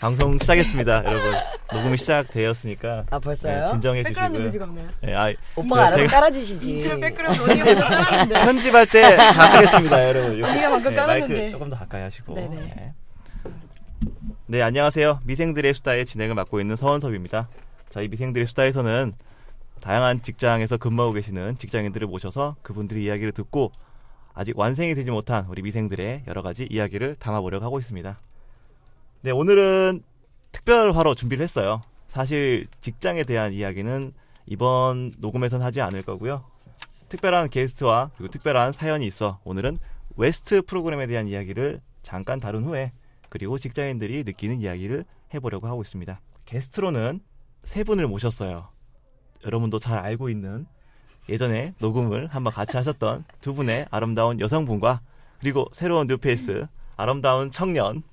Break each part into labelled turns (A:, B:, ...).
A: 방송 시작했습니다, 여러분. 녹음이 시작되었으니까.
B: 아 벌써요?
A: 네, 진정해
C: 백그라운드
A: 주시고요.
C: 뮤직 없나요?
A: 네, 아,
B: 오빠가 알아서
A: 제가-
B: 깔아주시지.
C: 인트로 백그라운드 언니가 따라하는데
A: 편집할 때 감하겠습니다, 여러분. 이렇게.
C: 언니가 아, 방금
A: 마이크
C: 깔았는데.
A: 조금 더 가까이 하시고.
C: 네네.
A: 네. 네, 안녕하세요. 미생들의 수다의 진행을 맡고 있는 서원섭입니다. 저희 미생들의 수다에서는 다양한 직장에서 근무하고 계시는 직장인들을 모셔서 그분들의 이야기를 듣고 아직 완성이 되지 못한 우리 미생들의 여러 가지 이야기를 담아보려고 하고 있습니다. 네, 오늘은 특별화로 준비를 했어요. 사실 직장에 대한 이야기는 이번 녹음에선 하지 않을 거고요. 특별한 게스트와 그리고 특별한 사연이 있어 오늘은 웨스트 프로그램에 대한 이야기를 잠깐 다룬 후에 그리고 직장인들이 느끼는 이야기를 해보려고 하고 있습니다. 게스트로는 세 분을 모셨어요. 여러분도 잘 알고 있는 예전에 녹음을 한번 같이 하셨던 두 분의 아름다운 여성분과 그리고 새로운 뉴페이스 아름다운 청년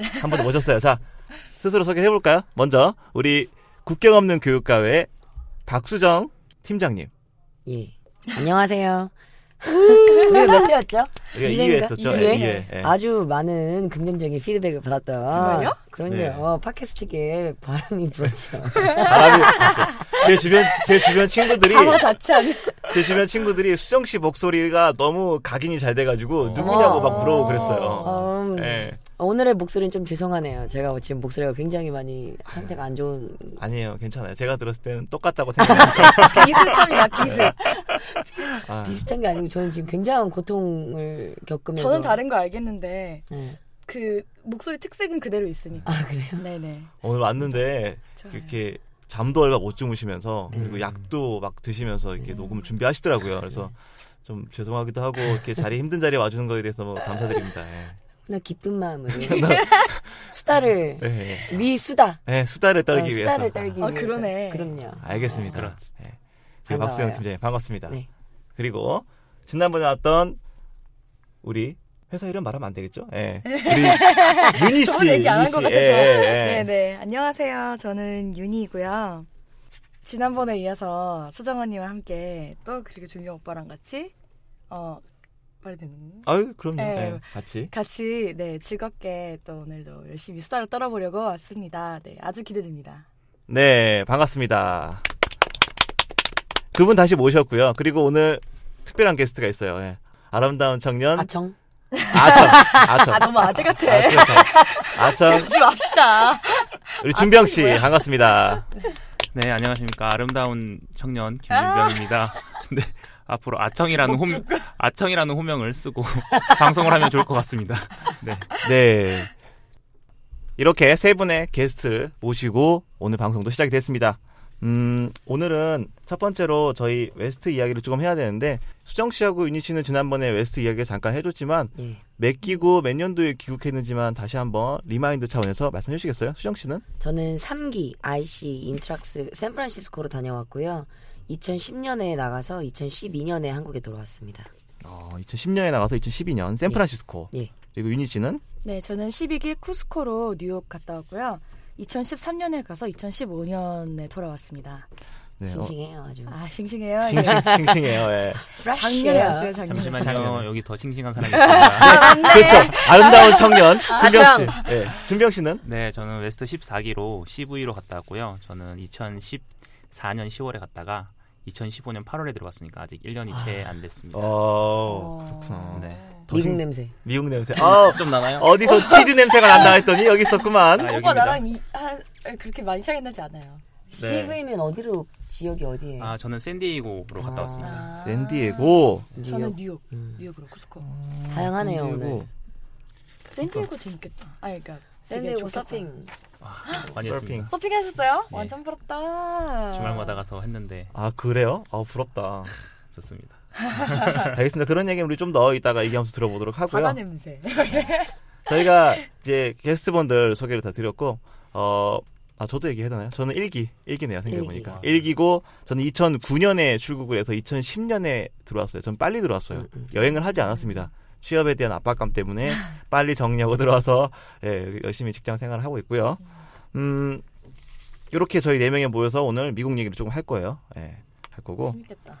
A: 한 분 모셨어요. 자 스스로 소개해 볼까요? 먼저 우리 국경 없는 교육과의 박수정 팀장님.
B: 예. 안녕하세요. 우리 몇 회였죠?
A: 우리가
B: 이회인가?
A: 2회 했었죠.
B: 이회?
A: 예, 이회. 예.
B: 아주 많은 긍정적인 피드백을 받았던.
C: 정말요?
B: 그럼요.
A: 네.
B: 어, 팟캐스트계 바람이 불었죠.
A: 바람이 제 주변 제 주변 친구들이
C: 아마 자체 안
A: 제 주변 친구들이 수정 씨 목소리가 너무 각인이 잘 돼가지고 누구냐고 막 물어보고 그랬어요.
B: 음,
A: 예.
B: 오늘의 목소리는 좀 죄송하네요. 제가 지금 목소리가 굉장히 많이 상태가 안 좋은.
A: 아니에요, 괜찮아요. 제가 들었을 때는 똑같다고 생각해요.
C: 비슷합니다. 비슷.
A: 아,
B: 비슷한 게 아니고 저는 지금 굉장한 고통을 겪으면서.
C: 저는 다른 거 알겠는데
B: 네.
C: 그 목소리 특색은 그대로 있으니까.
B: 아, 그래요?
C: 네네.
A: 오늘 왔는데
C: 좋아요.
A: 이렇게 잠도 얼마 못 주무시면서
B: 음.
A: 그리고 약도 막 드시면서 이렇게 녹음을 준비하시더라고요. 그래서
B: 네.
A: 좀 죄송하기도 하고 이렇게 자리 힘든 자리에 와주는 거에 대해서 너무 감사드립니다. 예.
B: 나 기쁜 마음으로. 수다를.
A: 예, 예.
B: 미수다.
A: 예, 수다를 떨기
B: 어,
A: 위해서.
B: 수다를 떨기
C: 아,
B: 위해서.
C: 그러네.
B: 그럼요.
A: 알겠습니다. 예. 그리고
B: 반가워요.
A: 박수영 팀장님 반갑습니다.
B: 네.
A: 그리고 지난번에 왔던 우리 회사 이름 말하면 안 되겠죠? 예. 우리 윤희 씨.
C: 저번 얘기 안 한
A: 윤희
C: 것
A: 씨.
C: 같아서.
A: 예, 예.
C: 네네. 안녕하세요. 저는 윤희이고요. 지난번에 이어서 수정 언니와 함께 또 그리고 준경 오빠랑 같이 어 말이 되는
A: 아유, 그럼요.
C: 예.
A: 예, 같이.
C: 같이 네 즐겁게 또 오늘도 열심히 수다를 떨어보려고 왔습니다. 네 아주 기대됩니다.
A: 네, 반갑습니다. 두 분 다시 모셨고요. 그리고 오늘 특별한 게스트가 있어요. 예. 아름다운 청년
B: 아청.
A: 아청. 아청.
C: 아 너무 아재 같아.
A: 아청. 네. 아청.
C: 하지 맙시다.
A: 우리 준병
C: 아,
A: 씨 반갑습니다.
D: 네, 안녕하십니까. 아름다운 청년 김윤병입니다. 네, 앞으로 아청이라는 호명, 아청이라는 호명을 쓰고 방송을 하면 좋을 것 같습니다. 네.
A: 네. 이렇게 세 분의 게스트를 모시고 오늘 방송도 시작이 됐습니다. 음, 오늘은 첫 번째로 저희 웨스트 이야기를 조금 해야 되는데 수정 씨하고 윤희 씨는 지난번에 웨스트 이야기를 잠깐 해줬지만
B: 예.
A: 몇 기고 몇 년도에 귀국했는지만 다시 한번 리마인드 차원에서 말씀해 주시겠어요? 수정 씨는?
B: 저는 3기 IC 인트락스 샌프란시스코로 다녀왔고요. 2010년에 나가서 2012년에 한국에 돌아왔습니다.
A: 어, 2010년에 나가서 2012년 샌프란시스코
B: 예.
A: 그리고 윤희 씨는?
C: 네, 저는 12기 쿠스코로 뉴욕 갔다 왔고요. 2013년에 가서 2015년에 돌아왔습니다.
A: 네, 어,
B: 싱싱해요, 아주.
C: 아, 싱싱해요.
A: 싱싱, 싱싱해요. 예.
C: 작년에 왔어요, 작년에.
A: 잠시만요.
D: 잠시만요. 여기 더 싱싱한 사람이 있습니다.
A: 그렇죠. 아름다운 청년 준병 씨. 예. 준병 씨는?
D: 네, 저는 웨스트 14기로 CV로 갔다 왔고요. 저는 2014년 10월에 갔다가 2015년 8월에 들어갔으니까 아직 1년이 채 안 됐습니다.
A: 어,
C: 어.
A: 그렇구나.
D: 네.
A: 더
B: 미국
A: 싱-
B: 냄새.
A: 미국 냄새. 아,
D: 좀 나나요?
A: 어디서 치즈 냄새가 난다 했더니 여기 있었구만.
D: 아,
C: 오빠
D: 여기입니다.
C: 나랑 이, 한, 그렇게 많이 차이 나지 않아요.
B: CV면 어디로 지역이 어디예요?
D: 아, 저는 샌디에이고로 갔다
B: 아.
D: 왔습니다.
A: 샌디에고.
B: 뉴욕.
C: 저는 뉴욕,
B: 음.
C: 뉴욕으로 쿠스코. 음,
B: 다양하네요,
A: 음,
B: 오늘.
A: 그러니까.
C: 샌디에고 재밌겠다. 아, 그러니까 되게
B: 샌디에고
C: 좋겠다.
B: 서핑.
A: 네.
D: 많이
A: 서핑.
D: 했습니다.
C: 서핑하셨어요?
D: 네.
C: 완전 부럽다.
D: 주말마다 가서 했는데
A: 아 그래요? 아 부럽다.
D: 좋습니다.
A: 알겠습니다. 그런 얘기 우리 좀 더 이따가 얘기하면서 들어보도록
C: 바다
A: 하고요.
C: 냄새.
A: 저희가 이제 게스트분들 소개를 다 드렸고, 어, 아 저도 얘기해야 되나요? 저는 1기, 1기네요 생각해보니까.
D: 일기.
A: 1기. 고 저는 2009년에 출국을 해서 2010년에 들어왔어요. 전 빨리 들어왔어요. 여행을 하지 않았습니다. 취업에 대한 압박감 때문에 빨리 정리하고 들어와서 예, 열심히 직장 생활을 하고 있고요. 음, 이렇게 저희 네 명이 모여서 오늘 미국 얘기를 조금 할 거예요. 예, 할 거고
C: 재밌겠다.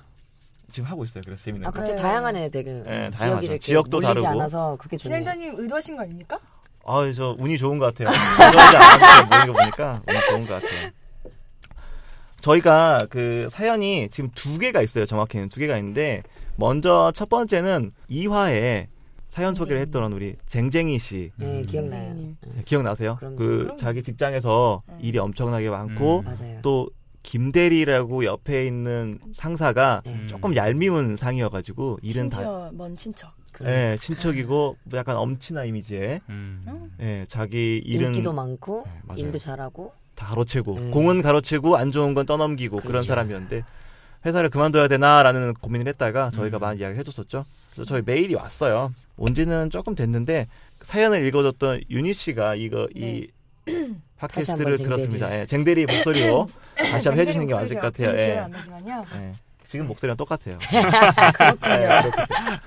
A: 지금 하고 있어요. 그래서 재밌는
B: 아,
A: 거.
B: 갑자기
C: 네.
B: 다양하네, 되게.
A: 다양하죠.
B: 지역이 이렇게
A: 지역도
B: 몰리지
A: 다르고.
B: 않아서 그게 좋네요.
C: 진행자님 의도하신 거 아닙니까?
A: 아, 저 운이 좋은 것 같아요. 그러지 않았어요. 모인 거 보니까 운이 좋은 것 같아요. 저희가 그 사연이 지금 두 개가 있어요. 정확히는 두 개가 있는데 먼저 첫 번째는 2화에 사연 소개를
B: 네.
A: 했던 우리 쟁쟁이 씨
B: 예,
D: 음.
B: 기억나요.
C: 선생님.
A: 기억나세요?
B: 네. 그럼요.
A: 그
C: 그럼요.
A: 자기 직장에서
B: 네.
C: 음.
A: 일이 엄청나게 많고
D: 음.
B: 맞아요.
A: 또 김대리라고 옆에 있는 상사가
B: 네.
A: 조금 얄미운 상이어가지고 일은 다
C: 심지어 먼 친척.
B: 그
A: 예, 친척이고 뭐 약간 엄친아 이미지의
D: 음.
A: 예, 자기 일은
B: 인기도 많고
A: 네, 맞아요.
B: 일도 잘하고
A: 다 가로채고
B: 음.
A: 공은 가로채고 안 좋은 건 떠넘기고 그런
B: 그렇죠.
A: 사람이었는데 회사를 그만둬야 되나라는 고민을 했다가 저희가
D: 음.
A: 많은 이야기를 해줬었죠. 그래서 저희 메일이 왔어요. 온지는 조금 됐는데 사연을 읽어줬던 윤희 씨가 이거 이 팟캐스트를
B: 다시 한번
A: 들었습니다. 예, 쟁대리 목소리로 다시 한번 해주시는 게 맞을 것 같아요.
C: 기억이
A: 예.
C: 안 나지만요.
A: 예. 지금 목소리랑 똑같아요. 예,
C: 그렇군요.
A: 그렇군요.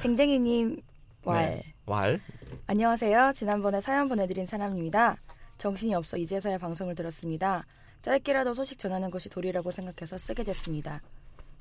C: 쟁쟁이님 왈.
A: 네. 왈.
C: 안녕하세요. 지난번에 사연 보내드린 사람입니다. 정신이 없어 이제서야 방송을 들었습니다. 짧게라도 소식 전하는 것이 도리라고 생각해서 쓰게 됐습니다.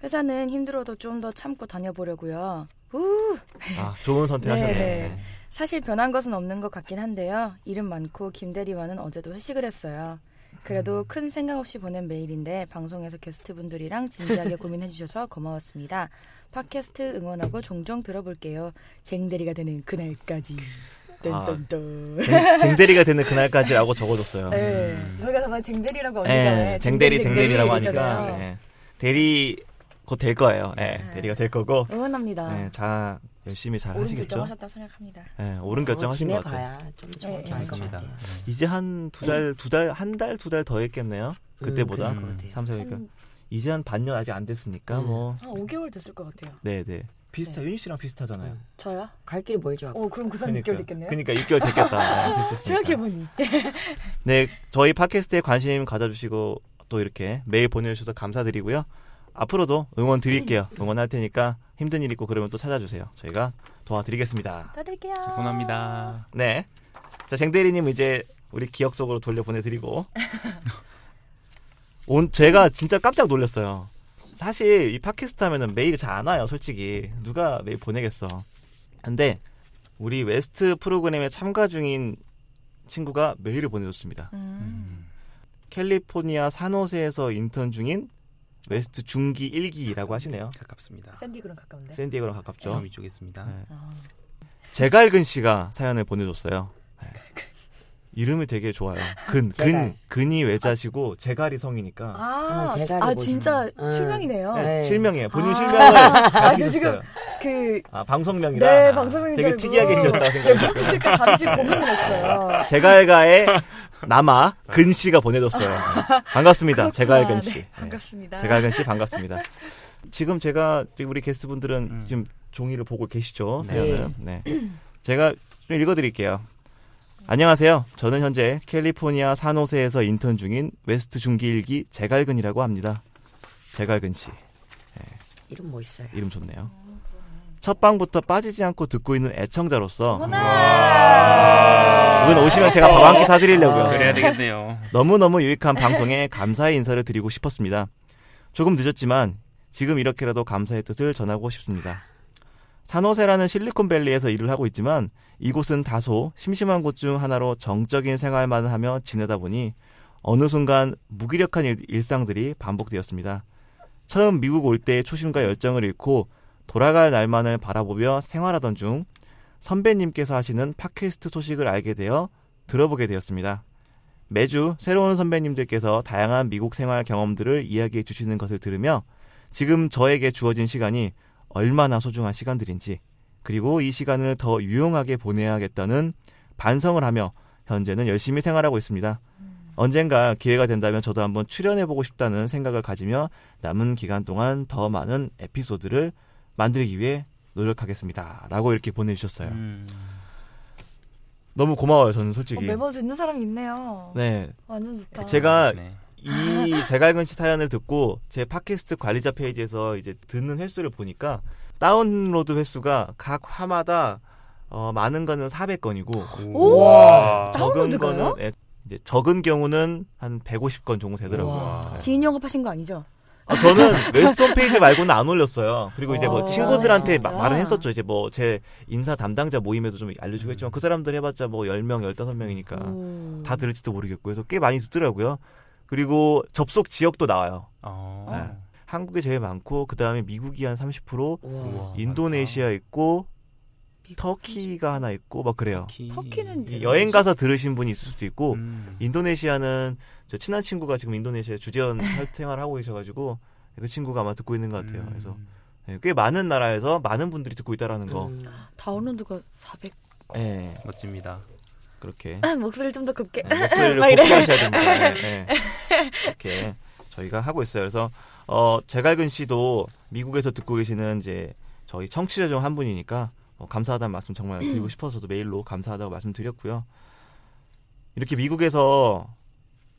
C: 회사는 힘들어도 좀 더 참고 다녀보려고요. 우!
A: 아, 좋은 선택하셨네요.
C: 네, 네.
A: 네.
C: 사실 변한 것은 없는 것 같긴 한데요. 일은 많고 김 대리와는 어제도 회식을 했어요. 그래도
A: 음.
C: 큰 생각 없이 보낸 메일인데 방송에서 게스트분들이랑 진지하게 고민해 주셔서 고마웠습니다. 팟캐스트 응원하고 종종 들어볼게요. 쟁 대리가 되는 그날까지.
A: 아.
C: 뚠뚠뚠.
A: 쟁- 쟁대리가 되는 그날까지라고 적어줬어요.
C: 네. 저희가 정말 쟁대리라고
A: 예,
C: 어디가
A: 쟁대리 쟁대리라고 하니까
C: 이러잖아요.
A: 예. 대리 곧 될 거예요. 예,
C: 네.
A: 대리가 될 거고
C: 응원합니다.
A: 예, 자 열심히 잘
C: 아. 옳은
A: 하시겠죠.
C: 결정하셨다고 생각합니다.
A: 예, 옳은
B: 어,
A: 결정하신 것 같아요.
B: 봐야 좀 정확히
E: 네.
C: 예,
B: 알 것
A: 네.
D: 맞습니다. 네.
B: 같아요.
A: 이제 한 두 달 두 달 한 달 두 달 더 했겠네요. 그때보다
B: 음, 그랬을 것 같아요.
A: 삼사니까
C: 한,
A: 이제 한 반년 아직 안 됐으니까
B: 음.
A: 뭐
C: 한 5개월 됐을 것 같아요.
A: 네네 비슷하
C: 네.
A: 윤희 씨랑 비슷하잖아요.
B: 음.
C: 저요?
B: 갈 길이 멀죠.
C: 어, 그럼 그 사람 6개월 됐겠네요.
A: 그러니까 6개월 됐겠다. 예, 비슷했으니까.
C: 생각해보니.
A: 네, 저희 팟캐스트에 관심 가져주시고 또 이렇게 메일 보내주셔서 감사드리고요. 앞으로도 응원 드릴게요. 응원할 테니까 힘든 일 있고 그러면 또 찾아주세요. 저희가 도와드리겠습니다.
C: 받을게요.
D: 응원합니다.
A: 네. 자, 쟁대리님 이제 우리 기억 속으로 돌려 보내드리고. 온, 제가 진짜 깜짝 놀랐어요. 사실 이 팟캐스트 하면은 메일이 잘 안 와요, 솔직히. 누가 메일 보내겠어. 근데 우리 웨스트 프로그램에 참가 중인 친구가 메일을 보내줬습니다.
C: 음.
D: 음.
A: 캘리포니아 산호세에서 인턴 중인 웨스트 중기 1기라고 하시네요.
D: 가깝습니다.
C: 샌디그랑 가까운데.
A: 샌디에고랑
D: 좀
A: 가깝죠.
D: 위쪽에 있습니다.
A: 네.
C: 아,
A: 제갈근 씨가 사연을 보내줬어요. 네. 이름이 되게 좋아요. 근, 근,
B: 제갈.
A: 근이 외자시고 제갈이 성이니까
B: 아,
C: 아, 진-
B: 제가
C: 아,
B: 알고
C: 진짜
B: 있어요. 음.
C: 실명이네요.
A: 네,
B: 네.
A: 실명이에요. 본인
C: 아.
A: 실명을
C: 아, 저
A: 가지셨어요.
C: 그,
A: 아, 방송명이다.
C: 네, 방송인
A: 되게 특이하게 지었다고 생각했어요.
C: 그러니까 잠시 고민을 했어요.
A: 아, 제갈가의 남아 근 씨가 보내줬어요. 네. 반갑습니다. 제갈근 씨.
C: 네, 반갑습니다.
A: 제갈근 씨 반갑습니다. 지금 제가 지금 우리 게스트분들은
D: 음.
A: 지금 종이를 보고 계시죠?
D: 네.
A: 사연을. 네. 제가 좀 읽어드릴게요. 안녕하세요. 저는 현재 캘리포니아 산호세에서 인턴 중인 웨스트 중기 일기 제갈근이라고 합니다. 제갈근 씨
B: 이름 뭐 있어요?
A: 이름 좋네요. 첫 방부터 빠지지 않고 듣고 있는 애청자로서 이건 오시면 제가 밥 한 끼 사드리려고요.
B: 아,
D: 그래야 되겠네요.
A: 너무너무 유익한 방송에 감사의 인사를 드리고 싶었습니다. 조금 늦었지만 지금 이렇게라도 감사의 뜻을 전하고 싶습니다. 산호세라는 실리콘밸리에서 일을 하고 있지만 이곳은 다소 심심한 곳 중 하나로 정적인 생활만 하며 지내다 보니 어느 순간 무기력한 일, 일상들이 반복되었습니다. 처음 미국 올 때의 초심과 열정을 잃고 돌아갈 날만을 바라보며 생활하던 중 선배님께서 하시는 팟캐스트 소식을 알게 되어 들어보게 되었습니다. 매주 새로운 선배님들께서 다양한 미국 생활 경험들을 이야기해 주시는 것을 들으며 지금 저에게 주어진 시간이 얼마나 소중한 시간들인지 그리고 이 시간을 더 유용하게 보내야겠다는 반성을 하며 현재는 열심히 생활하고 있습니다. 언젠가 기회가 된다면 저도 한번 출연해보고 싶다는 생각을 가지며 남은 기간 동안 더 많은 에피소드를 만들기 위해 노력하겠습니다. 라고 이렇게 보내주셨어요.
D: 음.
A: 너무 고마워요, 저는 솔직히.
C: 어, 매번 듣는 사람이 있네요.
A: 네,
C: 완전 좋다.
A: 제가
D: 네.
A: 이 제갈근 씨 사연을 듣고 제 팟캐스트 관리자 페이지에서 이제 듣는 횟수를 보니까 다운로드 횟수가 각 화마다 어, 많은 거는 400건이고
C: 오!
D: 와.
A: 적은
C: 아, 다운로드가요?
A: 거는 예, 이제 적은 경우는 한 150건 정도 되더라고요.
B: 우와.
A: 네.
C: 지인 영업하신 거 아니죠?
A: 아, 저는 웹툰 페이지 말고는 안 올렸어요. 그리고 이제
C: 아,
A: 뭐
B: 어,
A: 친구들한테
E: 진짜?
A: 막 말은 했었죠. 이제 뭐 제 인사 담당자 모임에도 좀 알려주고 했지만 그 사람들 해봤자 뭐 10명, 15명이니까
B: 음.
A: 다 들을지도 모르겠고 그래서 꽤 많이 듣더라고요. 그리고 접속 지역도 나와요.
D: 어.
A: 한국에 제일 많고 그 다음에 미국이 한 30%,
B: 우와.
D: 우와,
A: 인도네시아 있고
E: 미국
A: 터키가 하나 있고 막 그래요.
D: 터키.
E: 터키는
A: 이 여행 가서 들으신 분이 있을 수도 있고
D: 음.
A: 인도네시아는 저 친한 친구가 지금 인도네시아 주재원 활- 생활을 하고 계셔가지고 그 친구가 아마 듣고 있는 것 같아요.
D: 음.
A: 그래서 예, 꽤 많은 나라에서 많은 분들이 듣고 있다라는 거.
B: 음.
E: 다운로드가 400.
A: 예,
D: 멋집니다.
A: 그렇게
E: 목소리를 좀 더 급게.
A: 예, 목소리를
E: 막 네. 이래.
A: 곱게 하셔야 됩니다. 예, 예. 이렇게 저희가 하고 있어요. 그래서 어, 제갈근 씨도 미국에서 듣고 계시는 이제 저희 청취자 중 한 분이니까 어, 감사하다는 말씀 정말
E: 음.
A: 드리고 싶어서도 메일로 감사하다고 말씀드렸고요. 이렇게 미국에서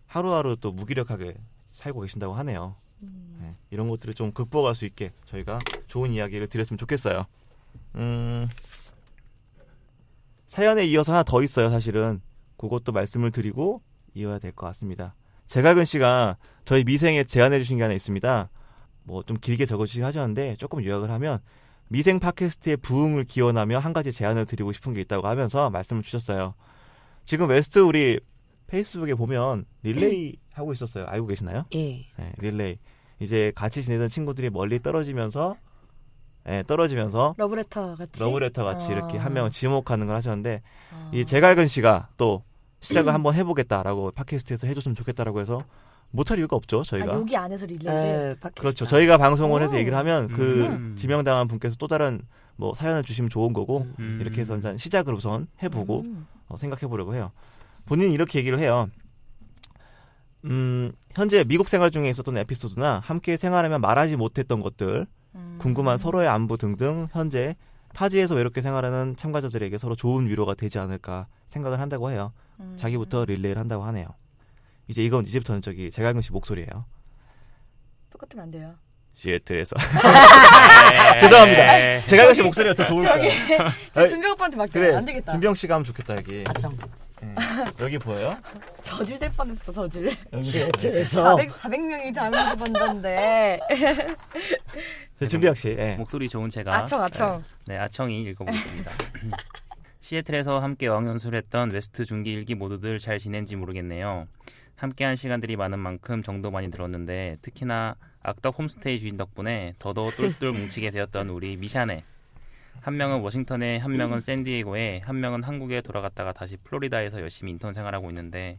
A: 하루하루 또 무기력하게 살고 계신다고 하네요.
E: 음.
A: 네, 이런 것들을 좀 극복할 수 있게 저희가 좋은 이야기를 드렸으면 좋겠어요. 음, 사연에 이어서 하나 더 있어요, 사실은. 그것도 말씀을 드리고 이어야 될 것 같습니다. 제갈근 씨가 저희 미생에 제안해 주신 게 하나 있습니다. 뭐 좀 길게 적어주시 하셨는데 조금 요약을 하면 미생 팟캐스트의 부흥을 기원하며 한 가지 제안을 드리고 싶은 게 있다고 하면서 말씀을 주셨어요. 지금 웨스트 우리 페이스북에 보면 릴레이 하고 있었어요. 알고 계시나요?
B: 예.
A: 예, 릴레이. 이제 같이 지내던 친구들이 멀리 떨어지면서 예, 떨어지면서
E: 러브레터 같이.
A: 러브레터 같이
E: 아.
A: 이렇게 한 명을 지목하는 걸 하셨는데
E: 아.
A: 이 제갈근 씨가 또 시작을 한번 해보겠다라고 팟캐스트에서 해줬으면 좋겠다라고 해서 못할 이유가 없죠 저희가
E: 아, 여기 안에서 릴레이.
B: 에, 팟캐스트.
A: 그렇죠 저희가 방송을 해서
E: 오.
A: 얘기를 하면 그
D: 음.
A: 지명당한 분께서 또 다른 뭐 사연을 주시면 좋은 거고
D: 음.
A: 이렇게 해서 일단 시작을 우선 해보고
E: 음.
A: 어, 생각해보려고 해요. 본인이 이렇게 얘기를 해요. 음, 현재 미국 생활 중에 있었던 에피소드나 함께 생활하면 말하지 못했던 것들,
E: 음.
A: 궁금한 서로의 안부 등등 현재 타지에서 외롭게 생활하는 참가자들에게 서로 좋은 위로가 되지 않을까 생각을 한다고 해요.
E: 음.
A: 자기부터 릴레이를 한다고 하네요. 이제 이건 이제부터는 저기 제갈근 씨 목소리예요.
E: 똑같으면 안 돼요.
A: 시애틀에서 네. 죄송합니다.
D: 에.
A: 제갈근 씨 목소리가 더 좋을 거예요.
E: 저
A: 아이,
E: 준경 오빠한테 맡겨.
A: 그래,
E: 안 되겠다.
A: 김병 씨가 하면 좋겠다 여기.
B: 아청.
A: 예. 여기 보여요?
E: 저질 될 뻔했어, 저질.
A: 여기.
B: 시애틀에서.
E: 400, 400명이 다운로드 받는데.
A: 준병 씨. 예.
D: 목소리 좋은 제가
E: 아청, 아청.
D: 네, 아청이 읽어보겠습니다. 시애틀에서 함께 왕연술했던 웨스트 중기 일기 모두들 잘 지낸지 모르겠네요. 함께한 시간들이 많은 만큼 정도 많이 들었는데 특히나 악덕 홈스테이 주인 덕분에 더더 똘똘 뭉치게 되었던 우리 미샤네. 한 명은 워싱턴에, 한 명은 샌디에고에, 한 명은 한국에 돌아갔다가 다시 플로리다에서 열심히 인턴 생활하고 있는데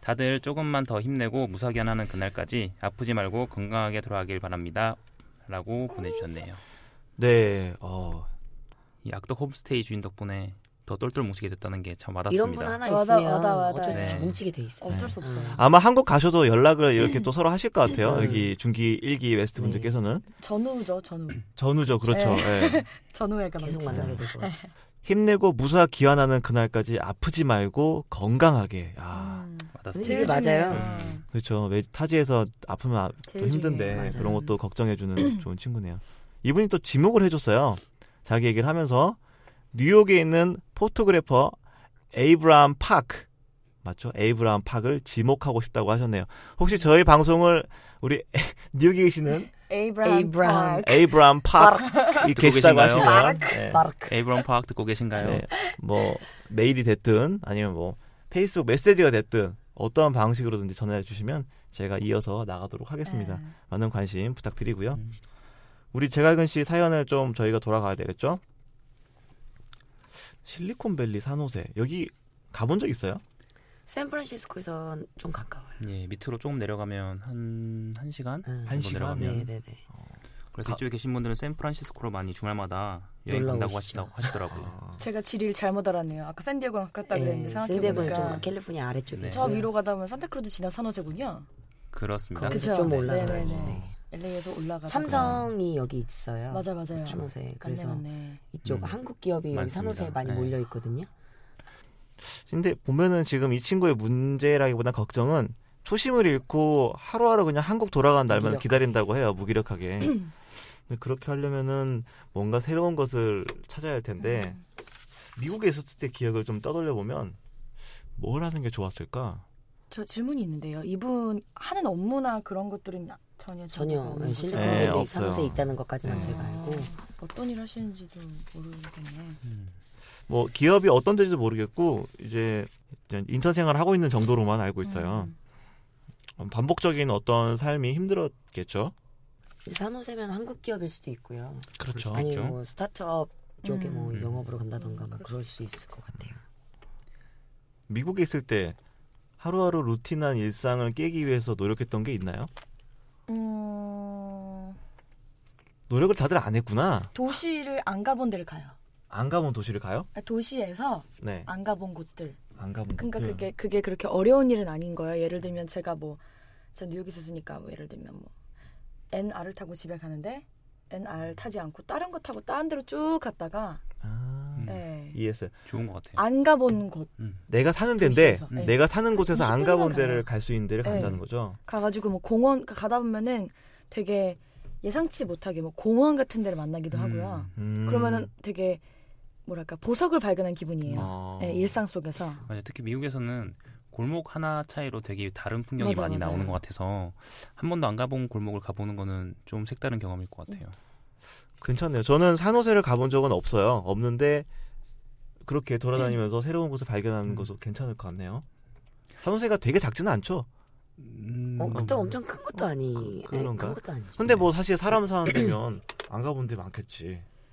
D: 다들 조금만 더 힘내고 무사견하는 그날까지 아프지 말고 건강하게 돌아가길 바랍니다. 라고 보내주셨네요.
A: 네. 어,
D: 이 악덕 홈스테이 주인 덕분에 더 똘똘 뭉치게 됐다는 게 참
B: 이런 분
D: 와닿습니다.
B: 하나
E: 맞아,
B: 있으면
E: 맞아, 맞아.
B: 어쩔 수 없이
D: 네.
B: 뭉치게 돼 있어.
E: 어쩔 수 없어요.
A: 아마 한국 가셔도 연락을 이렇게 또 서로 하실 것 같아요.
B: 음.
A: 여기 중기 일기 웨스트 분들께서는
C: 네.
E: 전우죠, 전우.
A: 전우죠, 그렇죠. 예.
E: 전우애가
B: 계속
E: 넘치죠.
B: 만나게 되고.
A: 힘내고 무사 귀환하는 그날까지 아프지 말고 건강하게. 아,
E: 음.
D: 와닿습니다.
B: 제일 맞아요.
E: 중요해요.
D: 음.
A: 그렇죠. 왜 타지에서 아프면 아- 또
E: 제일
A: 힘든데
E: 중요해요.
B: 맞아요.
A: 그런 것도 걱정해주는 좋은 친구네요. 이분이 또 지목을 해줬어요. 자기 얘기를 하면서 뉴욕에 있는 포토그래퍼 에이브라함 파크 맞죠? 에이브라함 파크를 지목하고 싶다고 하셨네요. 혹시 저희 방송을 우리 뉴욕에 계시는
E: 에이브라함.
B: 에이브라함.
E: 파크.
A: 에이브람 파크 이
D: 듣고
A: 계시다고
D: 계신가요?
A: 하시면 네.
B: 마르크.
D: 에이브런 파악 듣고 계신가요?
A: 네. 뭐 메일이 됐든 아니면 뭐 페이스북 메시지가 됐든 어떠한 방식으로든지 전화해 주시면 제가 이어서 나가도록 하겠습니다.
E: 네.
A: 많은 관심 부탁드리고요.
D: 음.
A: 우리 제갈근 씨 사연을 좀 저희가 돌아가야 되겠죠? 실리콘밸리 산호세 여기 가본 적 있어요?
B: 샌프란시스코에서 좀 가까워요.
D: 예, 밑으로 조금 내려가면 한, 한 시간?
B: 응.
A: 한 시간?
D: 내려가면.
B: 네네네. 아.
D: 그래서
A: 가-
D: 이쪽에 계신 분들은 샌프란시스코로 많이 주말마다 여행
B: 놀러
D: 간다고
B: 오시죠.
D: 하시다고
A: 아.
D: 하시더라고요.
E: 제가 지리를 잘못 알았네요. 아까 샌디에고 가깝다
B: 예,
E: 그랬는데
B: 샌디에고는
E: 생각해보니까
B: 좀 캘리포니아 아래쪽에.
D: 네.
E: 저 위로 가다 보면 산타크루즈 지나 산호제군요.
D: 그렇습니다.
E: 거기서
B: 거기서 좀
E: 그쵸.
B: 올라가요.
E: 네네네.
B: 네.
E: LA에서 올라가.
B: 삼성이 여기 있어요.
E: 맞아 맞아요.
B: 산호세.
E: 맞네
B: 그래서
E: 맞네.
B: 이쪽
D: 음.
B: 한국 기업이 여기
D: 맞습니다.
B: 산호세에 많이
D: 네.
B: 몰려 있거든요.
A: 근데 보면은 지금 이 친구의 문제라기보다 걱정은 초심을 잃고 하루하루 그냥 한국 돌아가는 날만
B: 무기력하게.
A: 기다린다고 해요 무기력하게. 근데 그렇게 하려면은 뭔가 새로운 것을 찾아야 할 텐데
B: 음.
A: 미국에 있었을 때 기억을 좀 떠돌려 보면 뭘 하는 게 좋았을까?
E: 저 질문이 있는데요. 이분 하는 업무나 그런 것들은
C: 전혀 정보가
B: 전혀 예,
C: 없는 거죠?
B: 실제
A: 네,
B: 공개돼
A: 없어요.
B: 사무소에 있다는 것까지만
A: 네.
B: 저희가 알고
C: 아, 어떤 일 하시는지도 모르겠네.
D: 음,
A: 뭐 기업이 어떤 데지도 모르겠고 이제 그냥 인턴 생활을 하고 있는 정도로만 알고 있어요.
C: 음.
A: 반복적인 어떤 삶이 힘들었겠죠.
B: 산호세면 한국 기업일 수도 있고요.
D: 그렇죠.
B: 아니 뭐 스타트업 쪽에 뭐
D: 음.
B: 영업으로 간다던가
C: 음,
B: 뭐
C: 그럴
B: 그럴 수 있을 것 같아요.
A: 미국에 있을 때 하루하루 루틴한 일상을 깨기 위해서 노력했던 게 있나요?
C: 음,
A: 노력을 다들 안 했구나.
C: 도시를 안 가본 데를 가요.
A: 안 가본 도시를 가요?
C: 아, 도시에서
A: 네.
C: 안 가본 곳들.
A: 안 가본.
C: 그러니까
A: 곳들.
C: 그게 그게 그렇게 어려운 일은 아닌 거예요. 예를 들면 제가 뭐 제가 뉴욕에 있었으니까 뭐 예를 들면 뭐 NR을 타고 집에 가는데 NR 타지 않고 다른 거 타고 다른 데로 쭉 갔다가
A: 아,
D: 음.
C: 예.
A: 이해했어요.
D: 좋은 것 같아요.
C: 안 가본 곳
A: 내가 사는 데인데 음.
C: 도시에서,
D: 예.
A: 내가 사는 곳에서 안
C: 20 분이면
A: 가본
C: 가요.
A: 데를 갈 수 있는 데를
C: 예.
A: 간다는 거죠.
C: 가가지고 뭐 공원 가다 보면은 되게 예상치 못하게 뭐 공원 같은 데를 만나기도 하고요.
A: 음.
C: 그러면은 되게 뭐랄까 보석을 발견한 기분이에요.
A: 어.
C: 예, 일상 속에서
D: 맞아요. 특히 미국에서는 골목 하나 차이로 되게 다른 풍경이
C: 맞아요,
D: 많이
C: 맞아요.
D: 나오는 것 같아서 한 번도 안 가본 골목을 가보는 거는 좀 색다른 경험일 것 같아요.
A: 괜찮네요. 저는 산호세를 가본 적은 없어요. 없는데 그렇게 돌아다니면서
C: 네.
A: 새로운 곳을 발견하는
C: 음.
A: 것도 괜찮을 것 같네요. 산호세가 되게 작지는 않죠.
D: 음,
B: 어, 그때
A: 음.
B: 엄청 큰 것도 아니,
A: 그- 그런가?
B: 큰 것도 아니죠.
A: 근데 뭐 사실 사람 사는 데면 안 가본 데 많겠지.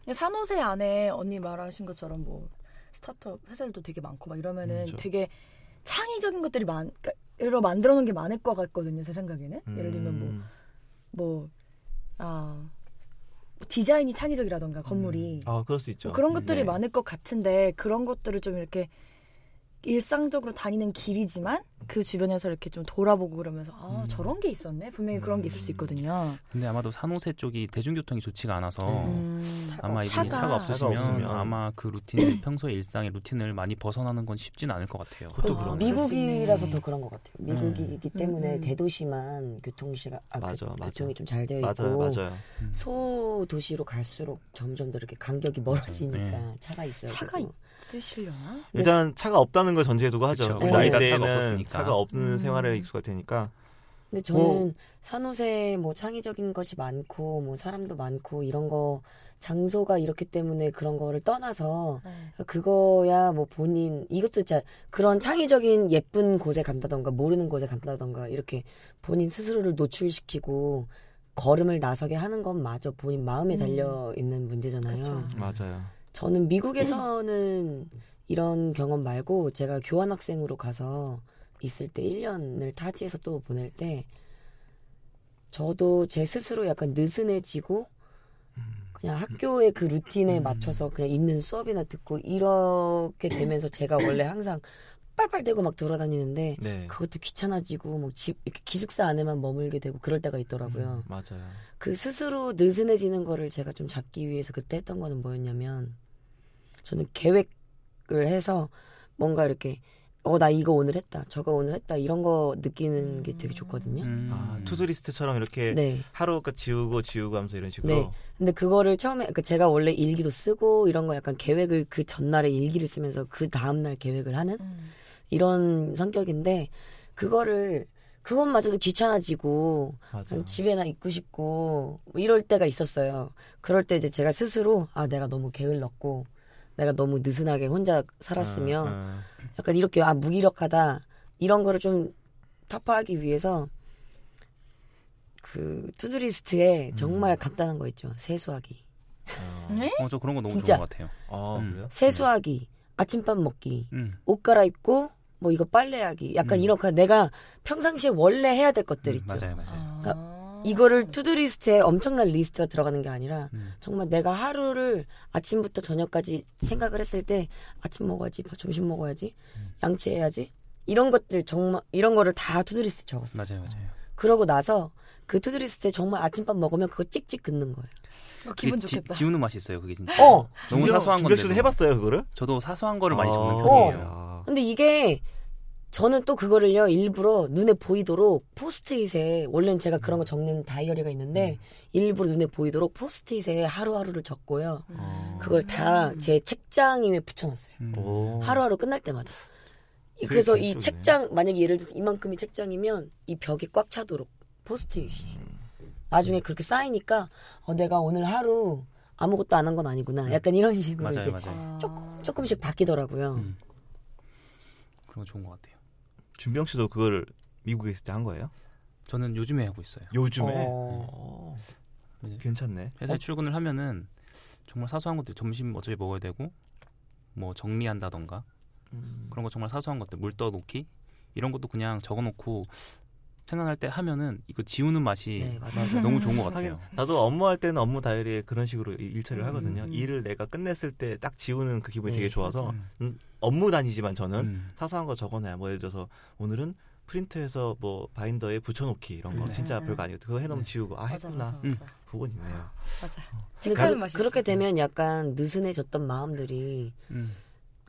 C: 그냥 예, 산호세 안에 언니 말하신 것처럼 뭐 스타트업 회사들도 되게 많고 막 이러면은
A: 음, 그렇죠.
C: 되게 창의적인 것들이 많, 그러니까 여러 만들어 놓은 게 많을 것 같거든요. 제 생각에는 예를 들면 뭐,
A: 음.
C: 뭐뭐아 디자인이 창의적이라던가 건물이
A: 아 그럴 수 있죠.
C: 뭐 그런
A: 음,
C: 것들이
A: 네.
C: 많을 것 같은데 그런 것들을 좀 이렇게 일상적으로 다니는 길이지만 그 주변에서 이렇게 좀 돌아보고 그러면서 아
D: 음.
C: 저런 게 있었네 분명히 그런 게 있을 수 있거든요.
D: 근데 아마도 산호세 쪽이 대중교통이 좋지가 않아서
C: 음.
D: 아마 이
C: 차가-
D: 차가, 없으시면,
A: 차가 없으면.
D: 아마 그 루틴 평소의 일상의 루틴을 많이 벗어나는 건 쉽진 않을 것 같아요.
A: 그것도
C: 아,
A: 그런 네
B: 미국이라서 더 그런 것 같아요. 미국이기
C: 음.
B: 때문에
C: 음.
B: 대도시만 교통시가 아, 그-
A: 맞아, 맞아.
B: 교통이 좀 잘 되어 있고
A: 맞아요, 맞아요.
B: 소도시로 갈수록 점점 더 이렇게 간격이 멀어지니까
A: 네.
B: 차가 있어요.
C: 차가 쓰시려나?
A: 일단 차가 없다는 걸 전제해두고 하죠.
D: 그쵸.
A: 우리
B: 우리나라
A: 나이대에는
D: 차가 없었으니까.
A: 차가 없는
C: 음.
A: 생활에 익숙할 테니까.
B: 근데
C: 뭐.
B: 저는 산호세 뭐 창의적인 것이 많고 뭐 사람도 많고 이런 거 장소가 이렇기 때문에 그런 거를 떠나서
C: 네.
B: 그거야 뭐 본인 이것도 진짜 그런 창의적인 예쁜 곳에 간다던가 모르는 곳에 간다던가 이렇게 본인 스스로를 노출시키고 걸음을 나서게 하는 것마저 본인 마음에
C: 음.
B: 달려 있는 문제잖아요.
C: 그쵸.
A: 맞아요.
B: 저는 미국에서는 이런 경험 말고 제가 교환학생으로 가서 있을 때 1년을 타지에서 또 보낼 때 저도 제 스스로 약간 느슨해지고 그냥 학교의 그 루틴에 맞춰서 그냥 있는 수업이나 듣고 이렇게 되면서 제가 원래 항상 빨빨대고 막 돌아다니는데
A: 네.
B: 음. 그것도 귀찮아지고 뭐 집 이렇게 기숙사 안에만 머물게 되고 그럴 때가 있더라고요.
A: 맞아요.
B: 그 스스로 느슨해지는 거를 제가 좀 잡기 위해서 그때 했던 거는 뭐였냐면 저는 계획을 해서 뭔가 이렇게 어 나 이거 오늘 했다 저거 오늘 했다 이런 거 느끼는 게 되게 좋거든요.
D: 음.
A: 아, 투두리스트처럼 이렇게
B: 네.
A: 하루 그 지우고 지우고 하면서 이런 식으로.
B: 네. 근데 그거를 처음에 그 제가 원래 일기도 쓰고 이런 거 약간 계획을 그 전날에 일기를 쓰면서 그 다음 날 계획을 하는
C: 음.
B: 이런 성격인데 그거를 그것마저도 귀찮아지고
A: 맞아요.
B: 그냥 집에나 있고 싶고 뭐 이럴 때가 있었어요. 그럴 때 이제 제가 스스로 아 내가 너무 게을렀고 내가 너무 느슨하게 혼자 살았으면
A: 아, 아.
B: 약간 이렇게 아 무기력하다 이런 거를 좀 타파하기 위해서 그 투두리스트에
D: 음.
B: 정말 간단한 거 있죠. 세수하기,
C: 네?
D: 어, 저 그런 거 너무
B: 진짜.
D: 좋은 것 같아요.
A: 음. 아,
D: 음.
A: 그래요?
B: 세수하기, 아침밥 먹기,
D: 음.
B: 옷 갈아입고 뭐 이거 빨래하기 약간
D: 음.
B: 이렇게 내가 평상시에 원래 해야 될 것들
D: 음,
B: 있죠.
D: 맞아요, 맞아요.
B: 그러니까 이거를 투두리스트에 엄청난 리스트가 들어가는 게 아니라
D: 음.
B: 정말 내가 하루를 아침부터 저녁까지 생각을 했을 때 아침 먹어야지, 뭐 점심 먹어야지,
D: 음.
B: 양치해야지 이런 것들 정말 이런 거를 다 투두리스트 적었어. 요
D: 맞아요, 맞아요.
B: 그러고 나서 그 투두리스트에 정말 아침밥 먹으면 그거 찍찍 긋는 거예요.
C: 어, 기분
D: 그게 지-
C: 좋겠다.
D: 지우는 맛이 있어요, 그게 진짜.
B: 어.
D: 너무
A: 김경-
D: 사소한
A: 김경 씨도
D: 건데.
A: 해봤어요 그거를?
D: 저도 사소한 거를 많이 적는
A: 아,
D: 편이에요.
A: 아.
B: 근데 이게 저는 또 그거를요 일부러 눈에 보이도록 포스트잇에 원래는 제가 그런
D: 음.
B: 거 적는 다이어리가 있는데 일부러 눈에 보이도록 포스트잇에 하루하루를 적고요.
C: 음.
A: 어.
B: 그걸 다 제 책장 위에 붙여놨어요.
D: 음.
A: 오.
B: 하루하루 끝날 때마다. 이-
A: 되게
B: 그래서 이
A: 잘 적네.
B: 책장 만약에 예를 들어서 이만큼이 책장이면 이 벽이 꽉 차도록 포스트잇이 나중에 그렇게 쌓이니까 어, 내가 오늘 하루 아무것도 안 한 건 아니구나. 약간 이런 식으로
D: 맞아요,
B: 이제
D: 맞아요.
B: 조금 조금씩 바뀌더라고요.
D: 음. 그런 거 좋은 것 같아요.
A: 준병 씨도 그거를 미국에 있을 때 한 거예요?
D: 저는 요즘에 하고 있어요.
A: 요즘에
B: 어.
A: 어,
D: 네.
A: 괜찮네.
D: 회사에 출근을 하면은 정말 사소한 것들 점심 어차피 먹어야 되고 뭐 정리한다던가
A: 음,
D: 그런 거 정말 사소한 것들 물 떠놓기 이런 것도 그냥 적어놓고 생각날 때 하면은 이거 지우는 맛이
B: 네, 맞아요.
D: 너무 좋은 것 같아요.
A: 나도 업무할 때는 업무 다이어리에 그런 식으로 이- 일처리를
B: 음,
A: 하거든요.
B: 음.
A: 일을 내가 끝냈을 때 딱 지우는 그 기분이
B: 네,
A: 되게 좋아서
D: 맞아요.
A: 음, 업무 단위지만 저는
D: 음.
A: 사소한 거 적어놔요. 뭐 예를 들어서 오늘은 프린트해서 뭐 바인더에 붙여놓기 이런 거
D: 네.
A: 진짜
E: 네.
A: 별거 아니에요. 그거 해놓으면
D: 네.
A: 지우고 아
C: 맞아,
A: 했구나.
C: 맞아,
D: 음.
C: 맞아.
A: 그건 있네요.
C: 맞아.
B: 근데
E: 체크하는
B: 그-
E: 맛이
B: 그렇게
E: 있어요.
B: 되면 약간 느슨해졌던 마음들이
D: 음.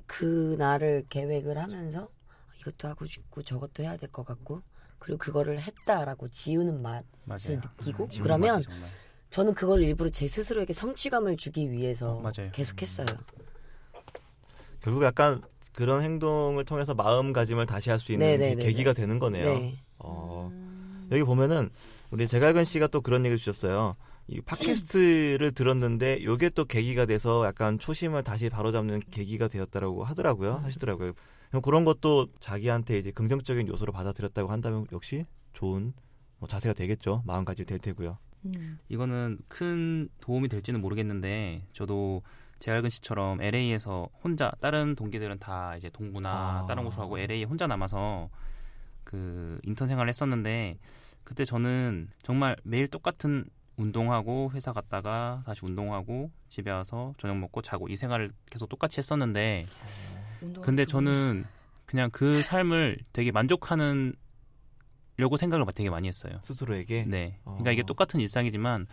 B: 그 날을 계획을 하면서 아, 이것도 하고 싶고 저것도 해야 될 것 같고 그리고 그거를 했다라고 지우는 맛.
D: 맞아요.
B: 느끼고?
D: 지우는
B: 그러면-
D: 맛이 정말.
B: 저는 그걸 일부러 제 스스로에게 성취감을 주기 위해서
D: 어, 맞아요.
B: 계속했어요.
A: 음. 결국 약간 그런 행동을 통해서 마음가짐을 다시 할 수 있는
B: 네, 네,
A: 게-
B: 네,
A: 계기가 되는 거네요.
B: 네.
A: 어,
C: 음.
A: 여기 보면은 우리 제갈근 씨가 또 그런 얘기를 주셨어요. 이 팟캐스트를 들었는데 요게 또 계기가 돼서 약간 초심을 다시 바로잡는 계기가 되었다라고 하더라고요.
D: 음.
A: 하시더라고요. 그럼 그런 것도 자기한테 이제 긍정적인 요소로 받아들였다고 한다면 역시 좋은 뭐 자세가 되겠죠. 마음가짐이 될 테고요.
C: 음.
D: 이거는 큰 도움이 될지는 모르겠는데 저도 재활근 씨처럼 LA에서 혼자 다른 동기들은 다 이제 동부나
A: 아.
D: 다른 곳으로 가고 LA에 혼자 남아서 그 인턴 생활을 했었는데 그때 저는 정말 매일 똑같은 운동하고 회사 갔다가 다시 운동하고 집에 와서 저녁 먹고 자고 이 생활을 계속 똑같이 했었는데
C: 그렇죠.
D: 근데 저는 그냥 그 삶을 되게 만족하는 려고 생각을 되게 많이 했어요.
A: 스스로에게
D: 네.
A: 어.
D: 그러니까 이게 똑같은 일상이지만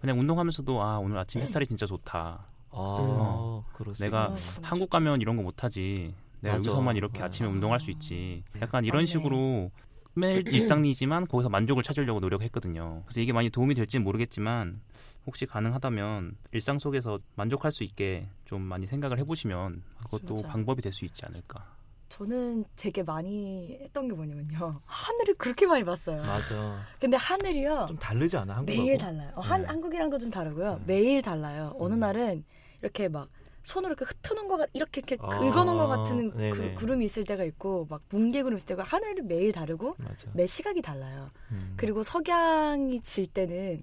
D: 그냥 운동하면서도 아 오늘 아침 햇살이 진짜 좋다.
A: 아, 그렇습니다.
D: 음. 내가
C: 음.
D: 한국 가면 이런 거 못하지.
A: 맞아.
D: 내가 여기서만 이렇게
A: 맞아.
D: 아침에 운동할 수 있지. 약간
C: 맞네.
D: 이런 식으로 매일 일상이지만 거기서 만족을 찾으려고 노력했거든요. 그래서 이게 많이 도움이 될지는 모르겠지만 혹시 가능하다면 일상 속에서 만족할 수 있게 좀 많이 생각을 해보시면 그것도
C: 맞아.
D: 방법이 될 수 있지 않을까.
C: 저는 되게 많이 했던 게 뭐냐면요. 하늘을 그렇게 많이 봤어요.
A: 맞아.
C: 근데 하늘이요.
A: 좀 다르지 않아 한국하고?
C: 매일 달라요. 어, 한,
A: 네.
C: 한국이랑도 좀 다르고요.
A: 음.
C: 매일 달라요. 어느
A: 음.
C: 날은 이렇게 막 손으로 이렇게 흩어놓은 거 같, 이렇게 이렇게
A: 아,
C: 긁어놓은 거 같은
A: 네네.
C: 그, 구름이 있을 때가 있고 막 뭉게 구름 있을 때가 하늘이 매일 다르고
A: 맞아.
C: 매 시각이 달라요.
A: 음.
C: 그리고 석양이 질 때는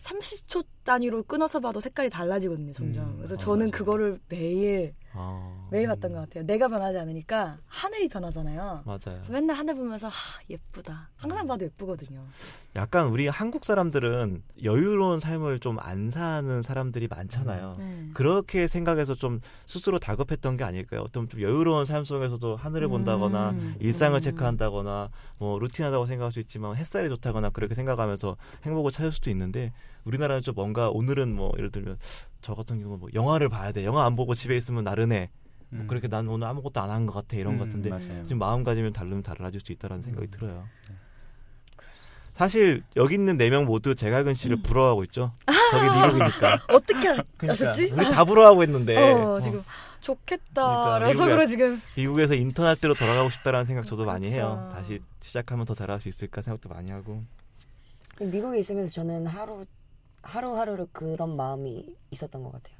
C: 30초 단위로 끊어서 봐도 색깔이 달라지거든요, 점점.
A: 음,
C: 그래서
A: 어, 맞아요.
C: 저는 그거를 매일
A: 아,
C: 매일
A: 음.
C: 봤던 것 같아요. 내가 변하지 않으니까 하늘이 변하잖아요.
A: 맞아요. 음.
C: 그래서 맨날 하늘 보면서 하, 예쁘다. 항상 봐도 예쁘거든요.
A: 약간 우리 한국 사람들은 여유로운 삶을 좀 안 사는 사람들이 많잖아요.
C: 네.
A: 그렇게 생각해서 좀 스스로 다급했던 게 아닐까요? 어떤 좀 여유로운 삶 속에서도 하늘을 본다거나
C: 음,
A: 일상을
C: 음.
A: 체크한다거나 뭐 루틴하다고 생각할 수 있지만 햇살이 좋다거나 그렇게 생각하면서 행복을 찾을 수도 있는데 우리나라는 좀 뭔가 오늘은 뭐 예를 들면 저 같은 경우 뭐 영화를 봐야 돼. 영화 안 보고 집에 있으면 나른해. 뭐
D: 음.
A: 그렇게 난 오늘 아무것도 안 한 것 같아 이런 것
D: 음,
A: 같은데
D: 맞아요.
A: 지금 마음가짐이 다르면 달라질 수 있다라는 생각이
D: 음.
A: 들어요.
C: 네.
A: 사실 여기 있는 네 명 모두 제갈근
C: 음.
A: 씨를 부러워하고 있죠. 저기
C: 아,
A: 미국이니까.
C: 어떻게
A: 그러니까
C: 아셨지?
A: 우리 다 부러워하고 있는데
C: 어,
A: 어,
C: 지금
A: 그러니까
C: 좋겠다. 라서
A: 미국에-
C: 그래 지금
A: 미국에서 인턴할 때로 돌아가고 싶다라는 생각 저도 많이
C: 그쵸.
A: 해요. 다시 시작하면 더 잘할 수 있을까 생각도 많이 하고.
B: 미국에 있으면서 저는 하루 하루하루를 그런 마음이 있었던 것 같아요.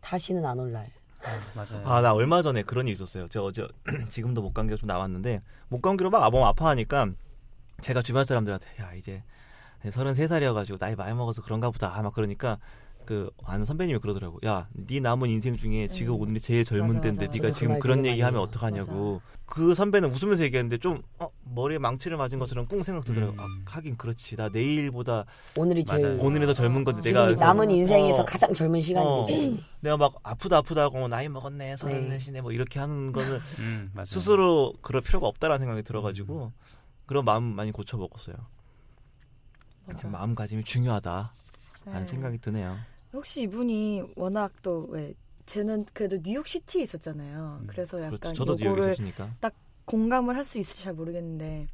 B: 다시는 안 올 날. 음.
D: 맞아요.
A: 아 나 얼마 전에 그런 일이 있었어요. 제가 어제 지금도 목감기가 좀 나왔는데 목감기로 막 몸 아파하니까 제가 주변 사람들한테 야 이제 33살이어가지고 나이 많이 먹어서 그런가 보다 막 그러니까 그 아는 선배님이 그러더라고 야 네 남은 인생 중에 지금
C: 음.
A: 오늘이 제일 젊은
C: 맞아,
A: 때인데
C: 맞아,
A: 네가
B: 맞아.
A: 지금
B: 그
A: 그런
B: 말
A: 얘기하면
B: 되게
A: 어떡하냐고 그 선배는 웃으면서 얘기했는데 좀 어, 머리에 망치를 맞은 것처럼 꿍 생각 들더라고
D: 음.
A: 아 하긴 그렇지 나 내일보다
B: 오늘이 제일
D: 맞아요.
A: 오늘이 더 젊은 건데
B: 지금
A: 내가
B: 이
A: 그래서
B: 남은 인생에서
A: 어,
B: 가장 젊은
A: 어,
B: 시간이지.
A: 내가 막 아프다 아프다 하고 뭐 나이 먹었네 서른 넷이네 뭐 이렇게 하는 거는
D: 음, 맞아요.
A: 스스로 그럴 필요가 없다라는 생각이 들어가지고 그런 마음 많이 고쳐 먹었어요.
C: 맞아.
A: 마음가짐이 중요하다라는
C: 네.
A: 생각이 드네요.
C: 혹시 이분이 워낙 또 왜 쟤는 그래도 뉴욕 시티에 있었잖아요.
D: 음,
C: 그래서
A: 그렇죠.
C: 약간
A: 저도 뉴욕에
C: 요거를
A: 있었으니까. 음.
C: 공감을 할 수 있을지 잘 모르겠는데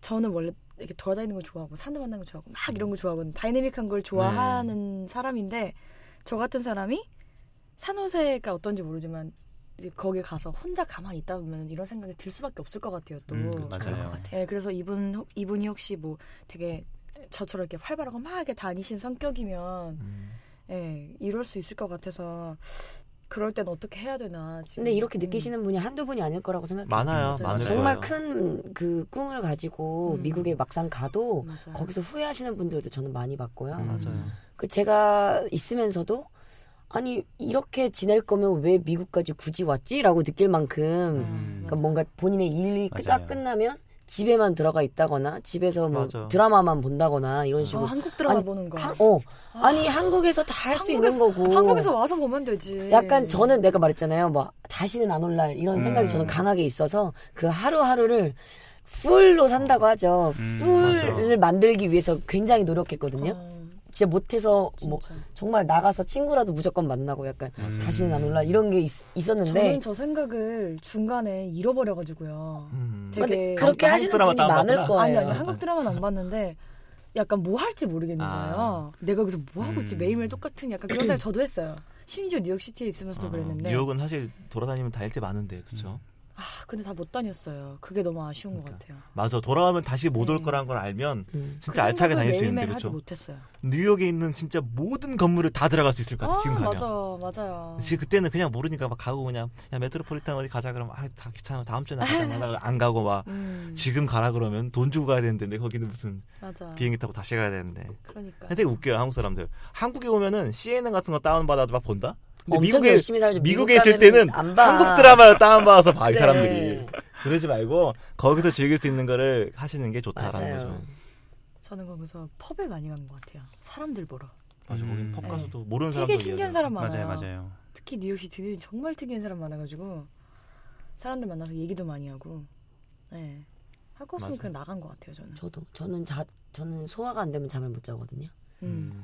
C: 저는 원래 이렇게 돌아다니는 걸 좋아하고 사람 만나는 걸 좋아하고 막 이런
D: 음.
C: 걸 좋아하고 다이내믹한 걸 좋아하는
D: 네.
C: 사람인데 저 같은 사람이 산호세가 어떤지 모르지만 이제 거기 가서 혼자 가만히 있다 보면 이런 생각이 들 수밖에 없을 것 같아요. 또
D: 음, 맞아요.
B: 그런 것 같아요.
C: 예, 그래서 이분 혹- 이분이 혹시 뭐 되게 저처럼 이렇게 활발하고 막 이렇게 다니신 성격이면
A: 음.
C: 예, 이럴 수 있을 것 같아서 그럴 땐 어떻게 해야 되나 지금.
B: 근데 이렇게
C: 음.
B: 느끼시는 분이 한두 분이 아닐 거라고 생각해요.
A: 많아요.
C: 맞아요.
A: 많을
B: 정말
A: 거예요.
B: 큰 그 꿈을 가지고
C: 음.
B: 미국에 막상 가도
C: 맞아요.
B: 거기서 후회하시는 분들도 저는 많이 봤고요.
A: 음, 맞아요.
B: 그 제가 있으면서도 아니 이렇게 지낼 거면 왜 미국까지 굳이 왔지라고 느낄 만큼
D: 음.
B: 그러니까 뭔가 본인의 일이 딱
D: 맞아요.
B: 끝나면 집에만 들어가 있다거나 집에서 뭐
A: 맞아.
B: 드라마만 본다거나 이런
C: 아,
B: 식으로
C: 한국 드라마
B: 아니,
C: 보는 거.
B: 한- 어 아니 한국에서 다 할 수 있는
C: 한국에서-
B: 거고
C: 한국에서 와서 보면 되지.
B: 약간 저는 내가 말했잖아요. 뭐 다시는 안 올 날 이런 생각이
D: 음.
B: 저는 강하게 있어서 그 하루하루를 풀로 산다고 하죠.
D: 음,
B: 풀을 만들기 위해서 굉장히 노력했거든요.
C: 어,
B: 진짜 못해서 뭐
C: 진짜.
B: 정말 나가서 친구라도 무조건 만나고 약간
D: 음.
B: 다시는 안 올 날 이런 게 있, 었는데
C: 저는 저 생각을 중간에 잃어버려가지고요.
A: 음.
C: 되게-
B: 근데 그렇게
A: 한국
B: 하시는
A: 드라마
B: 분이
A: 다운
B: 많을
A: 받구나.
B: 거예요.
C: 아니 아니 한국 드라마는 안 봤는데 약간 뭐 할지 모르겠는
A: 아.
C: 거예요. 내가 여기서 뭐 하고 있지
D: 음.
C: 매일매일 똑같은 약간 그런 생각 저도 했어요. 심지어 뉴욕시티에 있으면서도 그랬는데
A: 아, 뉴욕은 사실 돌아다니면 다닐 때 많은데 그렇죠.
C: 아 근데 다 못 다녔어요. 그게 너무 아쉬운
A: 그러니까.
C: 것 같아요.
A: 맞아 돌아오면 다시 못 올
C: 네.
A: 거라는 걸 알면
B: 음.
A: 진짜
C: 그
A: 알차게
C: 생각을
A: 다닐 수 있는데
C: 매일매일 하지
A: 그렇죠.
C: 못했어요.
A: 뉴욕에 있는 진짜 모든 건물을 다 들어갈 수 있을 것 같아
C: 아
A: 지금 가면.
C: 맞아요 맞아요.
A: 지금 그때는 그냥 모르니까 막 가고 그냥 야 메트로폴리탄 어디 가자 그러면 아다 귀찮아 다음 주에 나가자 하다가 안 가고 막
C: 음,
A: 지금 가라 그러면 돈 주고 가야 되는데 근데 거기는 무슨
C: 맞아.
A: 비행기 타고 다시 가야 되는데
C: 그러니까.
A: 되게 웃겨요 한국 사람들 한국에 오면은 CNN 같은 거 다운받아도 막 본다 근데
B: 엄청
A: 미국에
B: 열심히 살죠.
A: 미국에
B: 미국
A: 있을 때는
B: 가면은 안 봐.
A: 한국 드라마를 다운받아서 봐 이
B: 네.
A: 사람들이 그러지 말고 거기서 즐길 수 있는 거를 하시는 게 좋다라는
B: 맞아요.
A: 거죠
C: 저는 거기서 펍에 많이 간 것 같아요. 사람들 보러.
A: 맞아 거긴
D: 음.
A: 펍 가서도 모르는 사람들
C: 되게 신기한 사람 많아요.
D: 맞아요, 맞아요.
C: 특히 뉴욕시티는 정말 특이한 사람 많아가지고 사람들 만나서 얘기도 많이 하고. 네. 하고 싶으면
A: 맞아요.
C: 그냥 나간 것 같아요 저는.
B: 저도 저는 자 저는 소화가 안 되면 잠을 못 자거든요.
C: 음.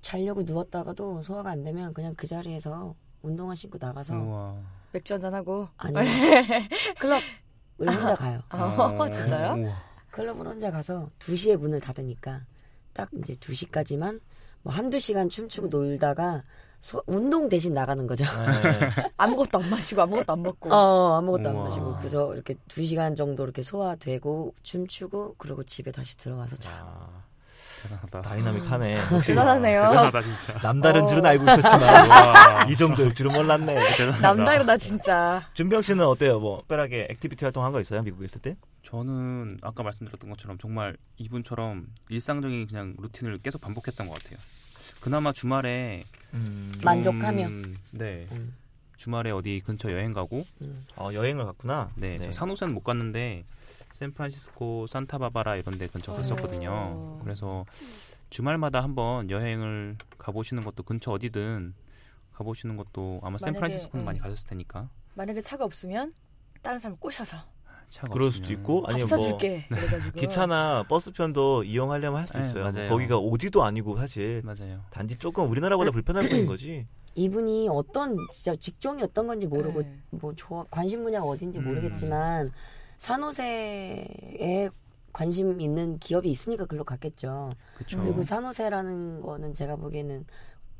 B: 자려고 누웠다가도 소화가 안 되면 그냥 그 자리에서 운동화 신고 나가서
A: 음.
D: 우와.
C: 맥주 한잔 하고.
B: 아니면 클럽을 혼자 가요.
C: 아, 진짜요?
D: 우와.
B: 클럽을 혼자 가서 2시에 문을 닫으니까 딱 이제 2시까지만 뭐 한두 시간 춤추고 놀다가 소- 운동 대신 나가는 거죠.
A: 네.
C: 아무것도 안 마시고 아무것도 안 먹고.
B: 어, 아무것도 안
D: 우와.
B: 마시고. 그래서 이렇게 2시간 정도 이렇게 소화되고 춤추고 그리고 집에 다시 들어가서 자고.
A: 자
D: 대단하다.
A: 아, 다이나믹하네
C: 대단하네요.
D: 대단하다 진짜.
A: 남다른
C: 어.
A: 줄은 알고 있었지만
D: 와.
A: 이 정도일 줄은 몰랐네
D: 대단하다.
C: 남다르다 진짜.
A: 준병 씨는 어때요? 뭐 특별하게 액티비티 활동한 거 있어요? 미국에 있을 때?
D: 저는 아까 말씀드렸던 것처럼 정말 이분처럼 일상적인 그냥 루틴을 계속 반복했던 것 같아요. 그나마 주말에
A: 음.
D: 좀-
B: 만족하며.
D: 네
B: 음.
D: 주말에 어디 근처 여행 가고
B: 음.
A: 어, 여행을 갔구나.
D: 네, 저 산호세는 못 갔는데 샌프란시스코 산타바바라 이런 데 근처 갔었거든요.
C: 어.
D: 그래서 주말마다 한번 여행을 가보시는 것도 근처 어디든 가보시는 것도 아마
C: 만약에,
D: 샌프란시스코는
C: 음.
D: 많이 가셨을 테니까
C: 만약에 차가 없으면 다른 사람 꼬셔서
D: 차가
A: 그럴
D: 없으면.
A: 수도
D: 음.
A: 있고
C: 밥
A: 아니면 뭐
C: 사줄게. 그래가지고.
A: 기차나 버스편도 이용하려면 할 수
D: 네,
A: 있어요. 뭐
D: 맞아요.
A: 거기가 오지도 아니고 사실
D: 맞아요.
A: 단지 조금 우리나라보다 불편할 뿐인 거지.
B: 이분이 어떤 진짜 직종이 어떤 건지 모르고
C: 네.
B: 뭐 좋아 관심 분야가 어딘지
D: 음,
B: 모르겠지만 산호세에 관심 있는 기업이 있으니까 글로 갔겠죠.
D: 그쵸.
C: 그리고
B: 음, 그리고 산호세라는 거는 제가 보기에는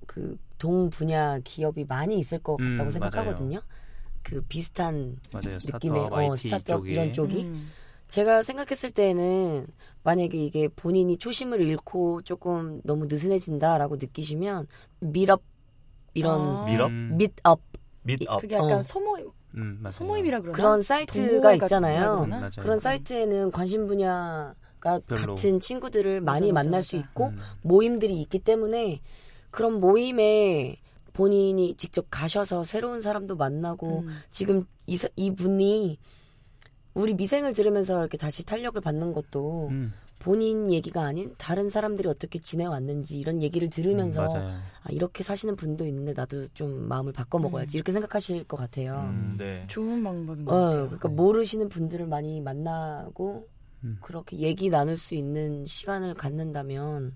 B: 그 동 분야 기업이 많이 있을 것
D: 음,
B: 같다고 생각하거든요. 그 비슷한
D: 맞아요.
B: 느낌의
D: 스타트업
B: 어,
D: IT
B: 스타트업
D: 쪽에
B: 이런 쪽. 여기?
C: 음.
B: 제가 생각했을 때는 만약에 이게 본인이 초심을 잃고 조금 너무 느슨해진다라고 느끼시면 밀업 이런
C: 아,
A: 밀업?
D: 음,
B: 밑업
A: 밑업.
C: 그게 약간
B: 어.
C: 소모
D: 음, 맞아요.
C: 소모임이라 그러나
B: 그런
C: 동호회가
B: 사이트가
C: 있나
B: 있잖아요.
C: 그러나?
D: 맞아요.
B: 그런 사이트에는 관심 분야가
D: 네, 별로.
B: 같은 친구들을
C: 맞아,
B: 많이
C: 맞아,
B: 만날
C: 맞아.
B: 수 있고
D: 음,
B: 모임들이 있기 때문에 그런 모임에 본인이 직접 가셔서 새로운 사람도 만나고
C: 음.
B: 지금 이, 사- 이 분이 우리 미생을 들으면서 이렇게 다시 탄력을 받는 것도
D: 음,
B: 본인 얘기가 아닌 다른 사람들이 어떻게 지내왔는지 이런 얘기를
A: 음,
B: 들으면서
D: 음, 맞아요.
B: 아, 이렇게 사시는 분도 있는데 나도 좀 마음을 바꿔 먹어야지 이렇게 생각하실 것 같아요.
A: 음, 네.
C: 좋은 방법인 것
B: 어,
C: 같아요.
B: 그러니까
D: 네.
B: 모르시는 분들을 많이 만나고
D: 음.
B: 그렇게 얘기 나눌 수 있는 시간을 갖는다면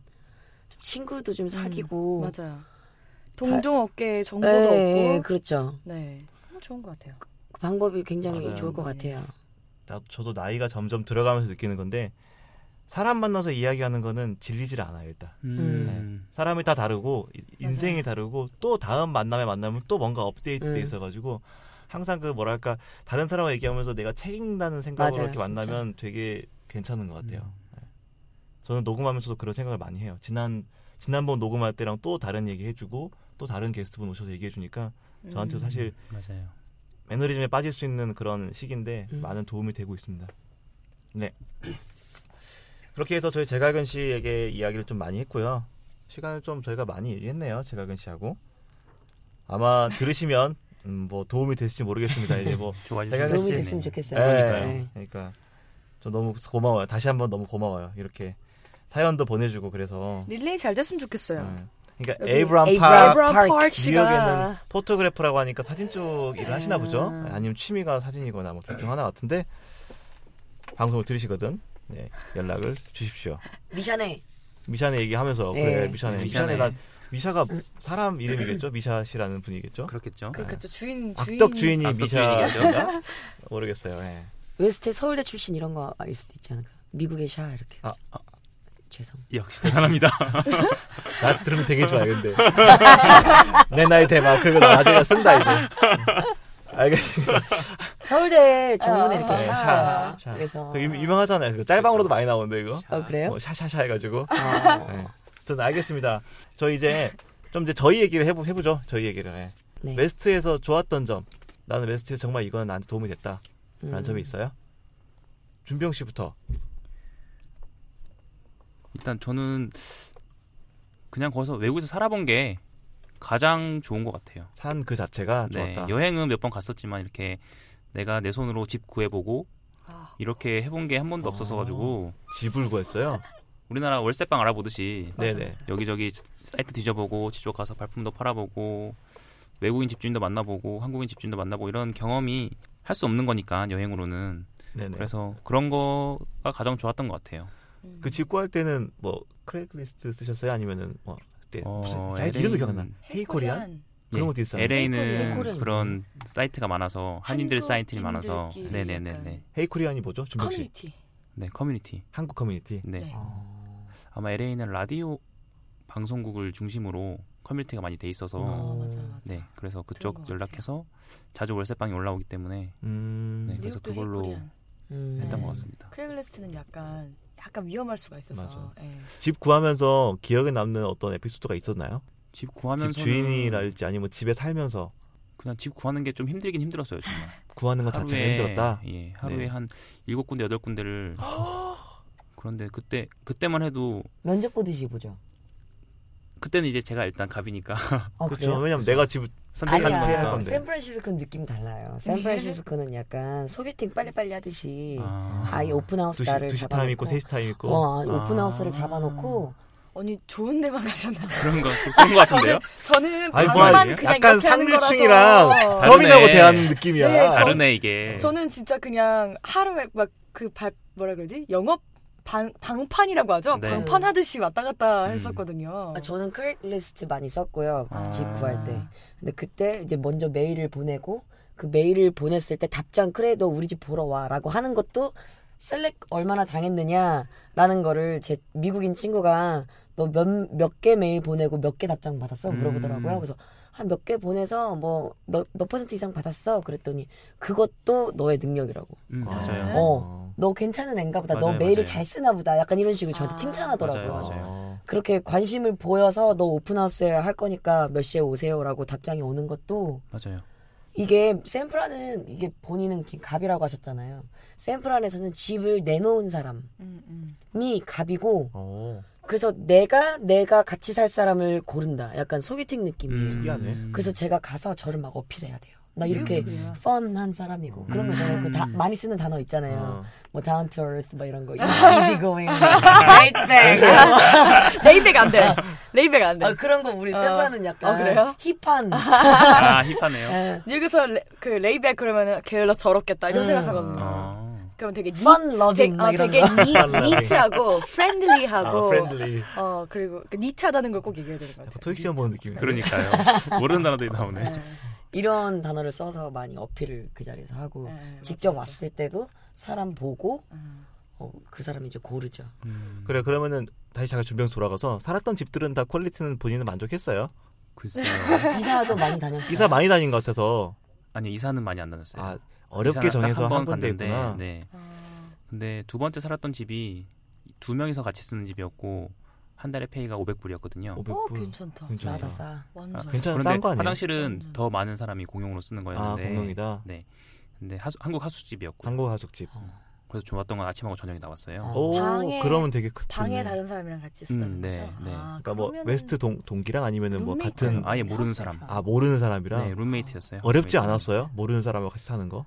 B: 좀 친구도 좀 사귀고
C: 음, 맞아요. 동종 업계 정보도
B: 예,
C: 없고.
B: 그렇죠.
C: 네. 너무 좋은 것 같아요.
B: 그 방법이 굉장히
A: 맞아요.
B: 좋을 것
C: 네.
B: 같아요.
A: 나, 저도 나이가 점점 들어가면서 느끼는 건데 사람 만나서 이야기하는 거는 질리질 않아요 일단.
B: 네.
D: 음.
A: 사람이 다 다르고 이- 인생이 다르고 또 다음 만남에 만나면 또 뭔가 업데이트돼
B: 음.
A: 있어가지고 항상 그 뭐랄까 다른 사람과 얘기하면서 내가 책임다는 생각으로
B: 맞아요, 음.
A: 이렇게 만나면 되게 괜찮은 것 같아요. 네. 저는 녹음하면서도 그런 생각을 많이 해요. 지난 지난번 녹음할 때랑 또 다른 얘기 해주고 또 다른 게스트분 오셔서 얘기해 주니까
C: 음.
B: 음.
A: 저한테도 사실
D: 음, 맞아요.
A: 매너리즘에 빠질 수 있는 그런 시기인데
B: 음.
A: 많은 도움이 되고 있습니다. 네. 그렇게 해서 저희 제갈근 씨에게 이야기를 좀 많이 했고요. 시간을 좀 저희가 많이 얘기했네요. 제갈근 씨하고 아마 들으시면 음, 뭐 도움이 됐을지 모르겠습니다. 이제 뭐
D: 좋아해
A: 제가
B: 도움이
A: 그렇지.
B: 됐으면 좋겠어요.
A: 그러니까요.
B: 네.
A: 그러니까 저 너무 고마워요. 다시 한번 너무 고마워요. 이렇게 사연도 보내주고 그래서
C: 릴레이 잘 됐으면 좋겠어요.
A: 네. 그러니까
C: 여기
A: 에이브람
B: 에이브람
A: 파
C: 에브라
B: 파크,
A: 뉴욕에는
C: 파크 씨가
A: 포토그래프라고 하니까 사진 쪽 일을 하시나
B: 아.
A: 보죠. 아니면 취미가 사진이거나 뭐 둘 중 하나 같은데 방송을 들으시거든. 네, 연락을 주십시오.
B: 미샤네.
A: 미샤네 얘기하면서
B: 네.
A: 그래 미샤네
D: 미샤네.
A: 미샤네 난 미샤가 사람 이름이겠죠. 미샤 씨라는 분이겠죠.
D: 그렇겠죠.
C: 그렇죠 주인 주인
A: 악덕 주인이
D: 악덕
A: 미샤인가 모르겠어요. 예.
B: 웨스트 서울대 출신 이런 거 알 수도 있지 않을까. 미국의 샤 이렇게.
A: 아,
B: 죄송.
D: 역시 대단합니다.
A: 나 들으면 되게 좋아 근데 내 나이 대마 그거 나 나중에 쓴다 이제 알겠습니다
B: 서울대 정문에
C: 아,
B: 이렇게 샤.
A: 샤, 샤.
B: 그래서.
A: 유, 유명하잖아요 그 짤방으로도 많이 나오는데 이거
B: 어 그래요?
A: 뭐 샤샤샤 해가지고
B: 아.
A: 네. 아무튼 알겠습니다 저 이제 좀 이제 저희 얘기를 해보, 해보죠 저희 얘기를 네.
B: 네.
A: 웨스트에서 좋았던 점 나는 웨스트에서 정말 이건 나한테 도움이 됐다
B: 음.
A: 라는 점이 아, 있어요? 준병 씨부터
D: 일단 저는 그냥 거기서 외국에서 살아본 게 가장 좋은 것 같아요.
A: 산 그 자체가
D: 네,
A: 좋았다
D: 여행은 몇 번 갔었지만 이렇게 내가 내 손으로 집 구해보고
C: 아,
D: 이렇게 해본 게 한 번도
A: 어.
D: 없었어가지고
A: 집을 구했어요
D: 우리나라 월세방 알아보듯이
C: 맞아,
A: 네네
C: 맞아.
D: 여기저기 사이트 뒤져보고 직접 가서 발품도 팔아보고 외국인 집주인도 만나보고 한국인 집주인도 만나보고 이런 경험이 할 수 없는 거니까 여행으로는
A: 네네
D: 그래서 그런 거가 가장 좋았던 것 같아요.
C: 음.
A: 그 집 구할 때는 뭐 크레이크리스트 쓰셨어요? 아니면은 뭐 그때
D: 어,
A: 무슨 야,
D: LA 는- 예,
A: 이름도 기억나? 헤이코리안 그런 것도 있어요.
B: 헬코리안,
D: LA는
B: 헬코리안.
D: 그런 사이트가 많아서 한인들
C: 한국인들끼리
D: 사이트들이 많아서
C: 약간
D: 네네네네
A: 헤이코리안이 뭐죠? 준국 씨
C: 커뮤니티
D: 네 커뮤니티
A: 한국 커뮤니티.
D: 네,
C: 네.
D: 아마 LA는 라디오 방송국을 중심으로 커뮤니티가 많이 돼 있어서
A: 어.
C: 어, 맞아 맞아
D: 네 그래서
C: 것
D: 그쪽
C: 같아요.
D: 연락해서 자주 월세방이 올라오기 때문에
A: 음,
D: 네, 그래서
C: 뉴욕도
D: 그걸로
C: 헤이코리안
B: 음.
D: 했던
C: 네.
D: 것 같습니다.
C: 크레글레스트는 약간 약간 위험할 수가 있어서
A: 맞아.
C: 예.
A: 집 구하면서 기억에 남는 어떤 에피소드가 있었나요?
D: 집 구하면서
A: 집 주인이랄지 아니면 집에 살면서
D: 그냥 집 구하는 게 좀 힘들긴 힘들었어요 정말.
A: 구하는 것 자체가
D: 하루에-
A: 아, 힘들었다.
D: 예, 하루에
A: 네.
D: 한 일곱 군데 여덟 군데를 그런데 그때 그때만 해도
B: 면접 보듯이 보죠.
D: 그때는 이제 제가 일단 갑이니까
B: 어,
A: 그렇죠.
B: 그래요?
A: 왜냐면 내가 집
D: 선택하는
A: 아니야. 해야 할
B: 아니야.
D: 거니까.
A: 건데. 네.
B: 샌프란시스코는 느낌 달라요. 샌프란시스코는 약간 소개팅 빨리빨리 하듯이
D: 아,
B: 아예 오픈하우스
A: 두시
B: 날을
A: 2시
B: 잡아놓고
A: 타임 있고 3시 타임 있고
B: 어, 아예
D: 아.
B: 오픈하우스를 잡아놓고
C: 언니 좋은 데만 가셨나 봐요.
D: 그런 거 그런 거 같은데요?
C: 저는
A: 아, 아니,
D: 뭐
C: 방만
D: 아니에요?
C: 그냥
A: 약간
C: 이렇게 하는 거라서 어.
A: 상류층이랑
D: 다르네.
A: 서민하고 대하는 느낌이야.
C: 네, 저-
D: 다르네 이게.
A: 예.
C: 저는 진짜 그냥 하루에 막 그 뭐라 그러지 영업 방, 방판이라고 하죠
D: 네.
C: 방판 하듯이 왔다 갔다
D: 음.
C: 했었거든요
B: 아, 저는 크레이크리스트 많이 썼고요.
D: 아.
B: 집 구할 때. 근데 그때 이제 먼저 메일을 보내고 그 메일을 보냈을 때 답장 그래 너 우리 집 보러 와라고 하는 것도 셀렉 얼마나 당했느냐라는 거를 제 미국인 친구가 너 몇 몇 개 메일 보내고 몇 개 답장 받았어 물어보더라고요.
D: 음.
B: 그래서 한 몇 개 보내서 뭐 몇 몇 퍼센트 이상 받았어 그랬더니 그것도 너의 능력이라고.
D: 음, 맞아요.
B: 어. 너 괜찮은 앤가 보다. 너
D: 맞아요,
B: 메일을
D: 맞아요.
B: 잘 쓰나 보다. 약간 이런 식으로 저한테
C: 아.
B: 칭찬하더라고요.
D: 맞아요, 맞아요.
A: 어.
B: 그렇게 관심을 보여서 너 오픈하우스에 할 거니까 몇 시에 오세요라고 답장이 오는 것도
D: 맞아요.
B: 이게 샌프란은 이게 본인은 지금 갑이라고 하셨잖아요. 샌프란에서는 집을 내놓은 사람이
C: 음, 음.
B: 갑이고
A: 어.
B: 그래서 내가 내가 같이 살 사람을 고른다. 약간 소개팅 느낌이에요.
A: 음,
D: 음.
A: 특이하네.
B: 그래서 제가 가서 저를 막 어필해야 돼요. 나 이렇게
C: 미국은 그래요.
B: 펀한 사람이고 그런 거
D: 음.
B: 저는 그 다, 많이 쓰는 단어 있잖아요.
A: 어.
B: 뭐 down to earth 뭐 이런 거 easy going, laid back
C: 아, 레이백 안돼 레이백 안돼
B: 아, 그런 거 우리
C: 어.
B: 세브라는 약간
C: 어, 그래요?
B: 힙한
D: 아 힙하네요.
B: 예.
C: 여기서 레, 그 레이백 그러면은 게을러 저럽겠다 이런
B: 음.
C: 생각하거든요
A: 어.
D: 아,
C: 그러면 되게 니,
B: fun loving
C: 되게,
B: 막
C: 어,
B: 이런
C: 되게
B: 거.
C: 니, 니트하고 프렌들리하고
A: 아, 프렌들리.
C: 어 그리고 그 니트하다는 걸 꼭 얘기해야 되는 것 같아요
A: 토익 시험 보는 느낌이네.
D: 그러니까요. 모르는 단어들이 나오네.
C: 네.
B: 이런 단어를 써서 많이 어필을 그 자리에서 하고
C: 네, 맞아,
B: 직접
C: 맞아.
B: 왔을 때도 사람 보고
C: 음.
B: 어, 그 사람이 이제 고르죠.
D: 음,
A: 그래 그러면은 다시 잠깐 준비해서 돌아가서 살았던 집들은 다 퀄리티는 본인은 만족했어요.
D: 글쎄요.
B: 이사도 많이 다녔어요.
A: 이사 많이 다닌 것 같아서
D: 아니 이사는 많이 안 다녔어요.
A: 아 어렵게
D: 이사는 딱
A: 정해서
D: 한번 네.
A: 한 군데
C: 어.
D: 갔는데,
A: 있구나.
D: 네.
C: 아,
D: 근데 두 번째 살았던 집이 두 명이서 같이 쓰는 집이었고 한 달에 페이가 500불이었거든요.
A: 500불.
C: 어, 괜찮다.
A: 괜찮아요.
B: 싸다 싸.
C: 완전.
A: 뭐, 괜찮-
D: 그런데
A: 싼거 아니에요?
D: 화장실은
C: 완전.
D: 더 많은 사람이 공용으로 쓰는
A: 아
D: 거였는데
A: 공룡이다.
D: 네. 근데 하수- 한국 하수집이었고
A: 한국 하숙집.
D: 그래서 좋았던 건 아침하고 저녁이 나왔어요.
B: 어.
A: 오
C: 방에-
A: 그러면 되게 크.
C: 방에
A: 좋네.
C: 다른 사람이랑 같이
D: 음,
C: 쓰는
D: 네,
C: 거죠.
D: 네.
C: 아,
A: 그러니까 뭐
C: 그러면은
A: 웨스트 동 동기랑 아니면은 뭐 같은
D: 아예 모르는 사람.
A: 아 모르는 사람이랑
D: 네, 룸메이트였어요.
A: 어렵지
D: 하우스메이트.
A: 않았어요? 모르는 사람하고 같이 사는 거?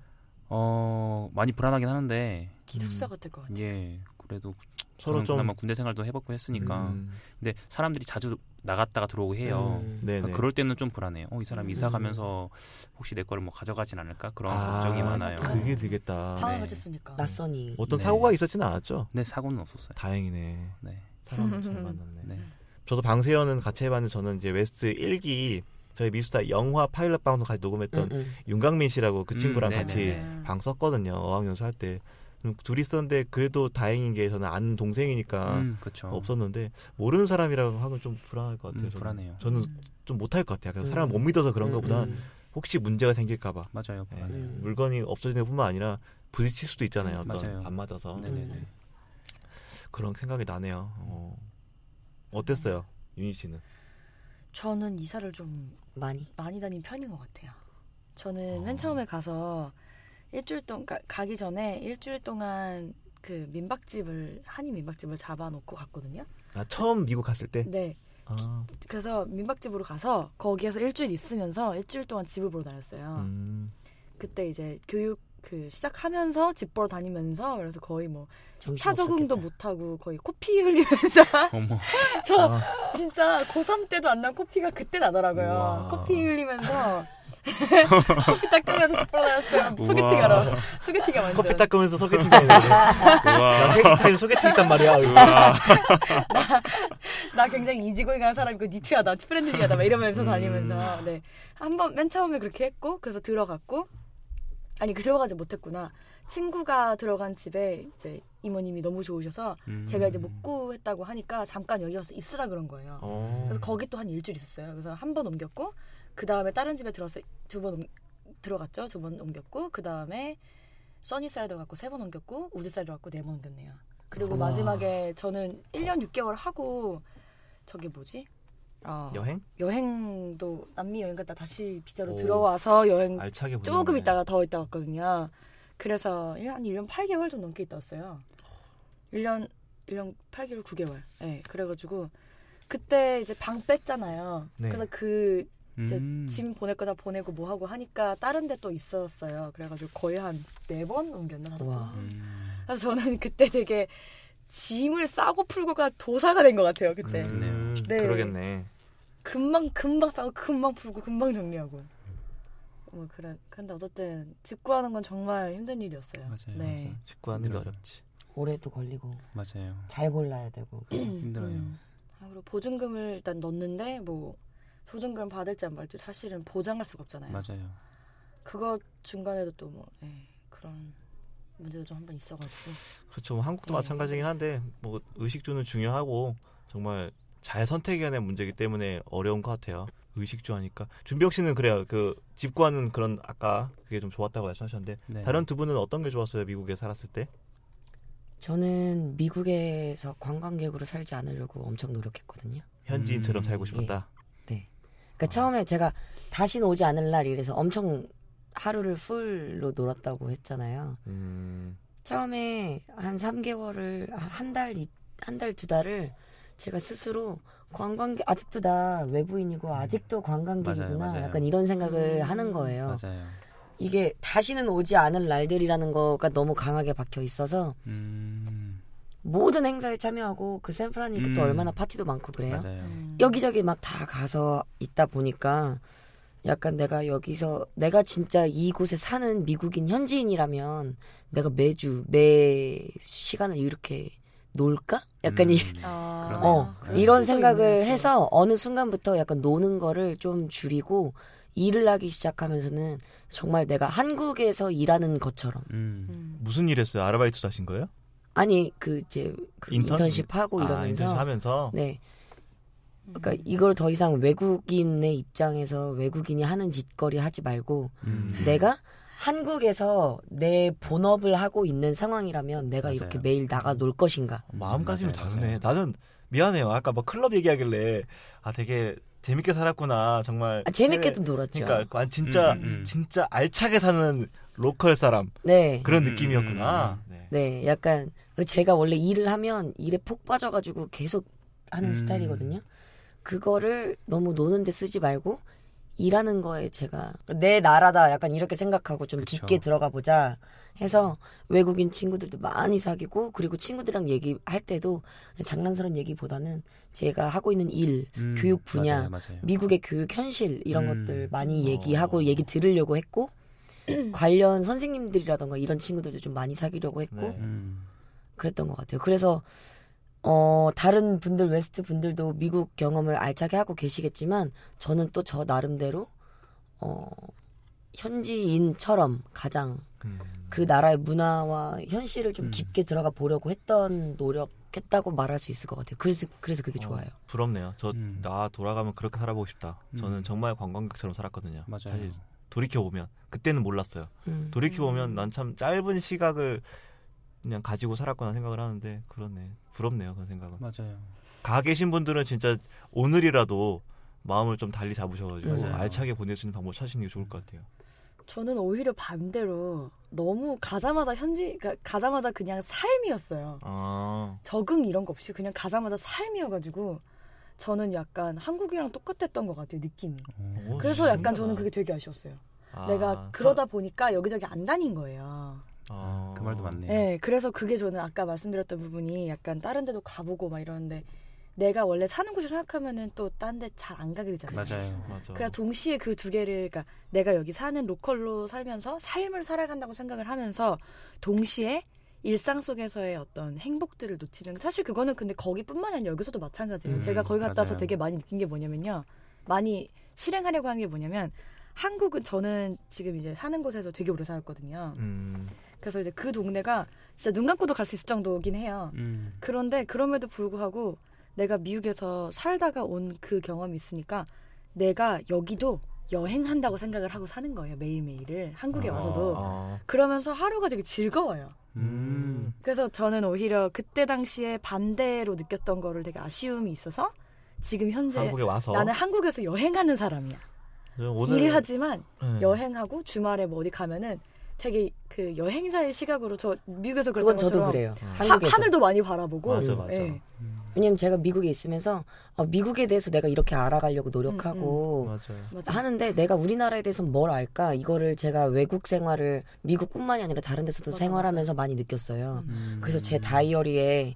D: 어 많이 불안하긴 하는데
C: 기숙사 같을 것 같아.
D: 예 그래도
A: 서로
D: 저는
A: 좀
D: 그나마 군대 생활도 해봤고 했으니까
A: 음,
D: 근데 사람들이 자주 나갔다가 들어오고 해요.
B: 음.
A: 네네.
D: 그러니까 그럴 때는 좀 불안해요. 어, 이 사람
C: 음.
D: 이사 가면서 혹시 내 거를 뭐 가져가진 않을까 그런
A: 아,
D: 걱정이 많아요.
A: 그게 되겠다.
C: 방을
D: 네.
C: 같이 쓰니까.
B: 낯선이.
A: 어떤
D: 네.
A: 사고가 있었지는 않았죠?
D: 근데 사고는 없었어요.
A: 다행이네.
D: 네.
A: 사람 잘 만났네.
D: 네.
A: 저도 방세현은 같이 해봤는데 저는 이제 웨스트 1기 저희 미스터 영화 파일럿 방송 같이 녹음했던
B: 음, 음.
A: 윤강민 씨라고 그
D: 음,
A: 친구랑
D: 네,
A: 같이
D: 네, 네.
A: 방 썼거든요. 어학연수 할 때. 음, 둘이 썼는데 그래도 다행인 게 저는 아는 동생이니까
D: 음, 그렇죠.
A: 없었는데 모르는 사람이라고 하면 좀 불안할 것 같아요.
D: 음,
A: 저는.
D: 불안해요.
A: 저는 좀 못할 것 같아요. 그래서
B: 음.
A: 사람 못 믿어서 그런
B: 음,
A: 것보다
B: 음.
A: 혹시 문제가 생길까 봐.
D: 맞아요.
A: 네.
D: 불안해요.
B: 음.
A: 물건이 없어지는 것뿐만 아니라 부딪힐 수도 있잖아요. 어떤
D: 음, 맞아요.
A: 안 맞아서
D: 네네네.
A: 그런 생각이 나네요. 어.
D: 음.
A: 어땠어요, 윤희 씨는?
C: 저는 이사를 좀
B: 많이.
C: 많이 다닌 편인 것 같아요. 저는
A: 어.
C: 맨 처음에 가서 일주일 동안 가- 가기 전에 일주일 동안 그 민박집을 한인 민박집을 잡아놓고 갔거든요.
A: 아 처음 미국 갔을 때.
C: 네,
A: 아,
C: 그래서 민박집으로 가서 거기에서 일주일 있으면서 일주일 동안 집을 보러 다녔어요.
A: 음.
C: 그때 이제 교육 그 시작하면서 집 보러 다니면서 그래서 거의
B: 정신
C: 뭐차
B: 없었겠다.
C: 적응도 못하고 거의 코피 흘리면서
D: 어머.
C: 저
A: 아,
C: 진짜 고3 때도 안 난 코피가 그때 나더라고요.
A: 우와.
C: 코피 흘리면서 커피 닦으면서 집 보러 다녔어요. 소개팅
D: 우와.
C: 하러. 소개팅이
D: 아,
C: 완전.
A: 커피 닦으면서 소개팅 당했는데 나
D: 우와.
A: 섹시타임 소개팅 했단 말이야.
D: 우와.
C: 나 굉장히 이지고잉한 사람이고 그 니트하다, 프렌들리하다 막 이러면서 다니면서 네. 한 번 맨 처음에 그렇게 했고 그래서 들어갔고 아니 그 들어가지 못했구나. 친구가 들어간 집에 이제 이모님이 너무 좋으셔서
D: 음.
C: 제가 이제 못 구했다고 하니까 잠깐 여기 와서 있으라 그런 거예요.
A: 어.
C: 그래서 거기 또 한 일주일 있었어요. 그래서 한 번 옮겼고 그 다음에 다른 집에 들어서 두 번 들어갔죠. 두 번 옮겼고 그 다음에 써니사이드 갖고 세 번 옮겼고 우드사이드 갖고 네 번 옮겼네요. 그리고
A: 우와.
C: 마지막에 저는 1년 6개월 하고 저게 뭐지? 아,
A: 여행
C: 여행도 남미 여행 갔다 다시 비자로
A: 오.
C: 들어와서 여행
A: 알차게 보내.
C: 음. 조금 있다가 더 있다 왔거든요. 그래서 일- 한 1년 8개월 좀 넘게 있다 왔어요. 1년 1년 8개월 9개월. 예. 그래가지고 그때 이제 방 뺐잖아요.
A: 네.
C: 그래서 그 이제
D: 음.
C: 짐 보낼 거다 보내고 뭐 하고 하니까 다른 데 또 있었어요. 그래가지고 거의 한 네 번 옮겼나 다섯 번.
B: 와.
D: 음.
C: 그래서 저는 그때 되게 짐을 싸고 풀고가 도사가 된 것 같아요. 그때
D: 음.
C: 네.
A: 그러겠네.
C: 금방 금방 싸고 금방 풀고 금방 정리하고. 뭐 그래. 근데 어쨌든 집 구하는 건 정말 힘든 일이었어요.
D: 맞아요,
C: 네.
A: 직구하는 게
D: 힘들어요.
A: 어렵지.
B: 오래도 걸리고
D: 맞아요.
B: 잘 골라야 되고.
D: 힘들어요.
B: 음.
C: 아, 그리고 보증금을 일단 넣는데 뭐 보증금 받을지 안 받을지 사실은 보장할 수가
B: 네.
C: 없잖아요.
D: 맞아요.
C: 그거 중간에도 또 뭐 그런 문제도 좀 한 번 있어가지고
A: 그렇죠. 뭐 한국도
B: 음.
C: 네,
A: 마찬가지긴 한데 뭐 의식주는 중요하고 정말 잘 선택해낸 문제이기 때문에 어려운 것 같아요. 의식주 하니까 준병 씨는 그래요. 그 집구하는 그런 아까 그게 좀 좋았다고 말씀하셨는데
D: 네.
A: 다른 두 분은 어떤 게 좋았어요? 미국에 살았을 때?
B: 저는 미국에서 관광객으로 살지 않으려고 엄청 노력했거든요.
A: 현지인처럼
D: 음,
A: 살고
D: 예.
A: 싶었다. 아.
B: 그러니까 처음에 제가 다시는 오지 않을 날 이래서 엄청 하루를 풀로 놀았다고 했잖아요.
D: 예.
A: 음,
B: 처음에 한 3개월을 한 달 한 달 두 달을 제가 스스로 관광객 아직도 나 외부인이고 아직도 관광객이구나
D: 음. 맞아요, 맞아요.
B: 약간 이런 생각을
C: 음,
B: 하는 거예요.
D: 맞아요.
B: 이게 다시는 오지 않을 날들이라는 거가 너무 강하게 박혀 있어서
D: 음.
B: 모든 행사에 참여하고 그 샌프란이 음. 또
D: 음.
B: 얼마나 파티도 많고 그래요. 음.
D: 맞아요. 음.
C: 음.
B: 여기저기 막 다 가서 있다 보니까 약간 내가 여기서 내가 진짜 이곳에 사는 미국인 현지인이라면 내가 매주 매 시간을 이렇게 놀까? 약간 이
D: 음.
C: 아,
D: 그러네요.
B: 어,
D: 그럴
B: 이런
C: 수도
B: 생각을
C: 있네요, 또.
B: 해서 어느 순간부터 약간 노는 거를 좀 줄이고 일을 하기 시작하면서는 정말 내가 한국에서 일하는 것처럼
D: 음.
C: 음.
A: 무슨 일 했어요? 아르바이트도 하신 거예요?
B: 아니 그 이제 그
A: 인턴?
B: 인턴? 십 하고
A: 아,
B: 이러면서
A: 인턴 하면서
B: 네
C: 음.
B: 그러니까 이걸 더 이상 외국인의 입장에서 외국인이 하는 짓거리 하지 말고
D: 음.
B: 내가 한국에서 내 본업을 하고 있는 상황이라면 내가
D: 맞아요.
B: 이렇게 매일 나가 놀 것인가?
F: 마음가짐이
D: 맞아요,
F: 다르네. 나는 미안해요. 아까 뭐 클럽 얘기하길래 아 되게 재밌게 살았구나. 정말.
B: 아, 재밌게도 놀았죠.
F: 그러니까 그 안- 진짜
D: 음, 음.
F: 진짜 알차게 사는 로컬 사람
B: 네.
F: 그런
D: 음,
F: 느낌이었구나. 네.
B: 네, 약간 그 제가 원래 일을 하면 일에 폭 빠져가지고 계속 하는
D: 음.
B: 스타일이거든요. 그거를 너무 노는데 쓰지 말고 일하는 거에 제가 내 나라다 약간 이렇게 생각하고 좀
D: 그쵸.
B: 깊게 들어가 보자 해서 외국인 친구들도 많이 사귀고 그리고 친구들이랑 얘기할 때도 장난스러운 얘기보다는 제가 하고 있는 일
D: 음,
B: 교육 분야,
D: 맞아요, 맞아요.
B: 미국의 교육 현실 이런
D: 음.
B: 것들 많이 얘기하고 얘기 들으려고 했고 관련 선생님들이라던가 이런 친구들도 좀 많이 사귀려고 했고
F: 네.
D: 음,
B: 그랬던 것 같아요. 그래서 어 다른 분들 웨스트 분들도 미국 경험을 알차게 하고 계시겠지만 저는 또 저 나름대로 어 현지인처럼 가장
F: 음.
B: 그 나라의 문화와 현실을 좀
D: 음.
B: 깊게 들어가 보려고 했던 노력했다고 말할 수 있을 것 같아요. 그래서 그래서 그게
F: 어,
B: 좋아요.
F: 부럽네요. 저 나
D: 음.
F: 돌아가면 그렇게 살아보고 싶다.
D: 음.
F: 저는 정말 관광객처럼 살았거든요.
D: 맞아요.
F: 사실 돌이켜 보면 그때는 몰랐어요.
B: 음.
F: 돌이켜 보면 난 참 짧은 시각을 그냥 가지고 살았구나 생각을 하는데 그렇네. 부럽네요. 그 생각은.
D: 맞아요.
F: 가 계신 분들은 진짜 오늘이라도 마음을 좀 달리 잡으셔가지고
D: 맞아요. 음.
F: 알차게 보낼 수 있는 방법 찾으시는 게 좋을 것 같아요.
C: 저는 오히려 반대로 너무 가자마자 현지 그러니까 가자마자 그냥 삶이었어요.
F: 아,
C: 적응 이런 거 없이 그냥 가자마자 삶이어가지고 저는 약간 한국이랑 똑같았던 것 같아요 느낌이.
D: 어,
F: 오,
C: 그래서
F: 진짜
C: 약간
F: 신기하다.
C: 저는 그게 되게 아쉬웠어요.
F: 아,
C: 내가 그러다 보니까 여기저기 안 다닌 거예요.
F: 아,
D: 그 말도 맞네요.
C: 네, 그래서 그게 저는 아까 말씀드렸던 부분이 약간 다른 데도 가보고 막 이러는데 내가 원래 사는 곳을 생각하면은 또 딴 데 잘 안 가게 되잖아요.
D: 맞아요.
F: 맞아.
C: 그래 동시에 그 두 개를 그러니까 내가 여기 사는 로컬로 살면서 삶을 살아간다고 생각을 하면서 동시에 일상 속에서의 어떤 행복들을 놓치는 사실 그거는 근데 거기뿐만 아니라 여기서도 마찬가지예요.
D: 음,
C: 제가 거기 갔다 와서
D: 맞아요.
C: 되게 많이 느낀 게 뭐냐면요. 많이 실행하려고 하는 게 뭐냐면 한국은 저는 지금 이제 사는 곳에서 되게 오래 살았거든요.
F: 음,
C: 그래서 이제 그 동네가 진짜 눈 감고도 갈 수 있을 정도긴 해요.
D: 음,
C: 그런데 그럼에도 불구하고 내가 미국에서 살다가 온 그 경험이 있으니까 내가 여기도 여행한다고 생각을 하고 사는 거예요 매일매일을 한국에
F: 아,
C: 와서도
F: 아,
C: 그러면서 하루가 되게 즐거워요
D: 음,
C: 그래서 저는 오히려 그때 당시에 반대로 느꼈던 거를 되게 아쉬움이 있어서 지금 현재
F: 한국에 와서
C: 나는 한국에서 여행하는 사람이야
F: 저는 오늘-
C: 일을 하지만
F: 네.
C: 여행하고 주말에 뭐 어디 가면은 되게 그 여행자의 시각으로 저 미국에서 그랬던
B: 그건 저도
C: 것처럼
B: 그래요.
F: 음.
C: 하,
B: 한국에서
C: 하늘도 많이 바라보고
F: 맞아
B: 음,
F: 맞아.
C: 예.
B: 왜냐면 제가 미국에 있으면서 어, 미국에 대해서 내가 이렇게 알아가려고
C: 음,
B: 노력하고
F: 맞아.
C: 맞아.
B: 그렇죠. 하는데 내가 우리나라에 대해서 뭘 알까 이거를 제가 외국 생활을 미국뿐만이 아니라 다른 데서도
C: 맞아,
B: 생활하면서 많이 느꼈어요.
D: 음.
B: 그래서 제 다이어리에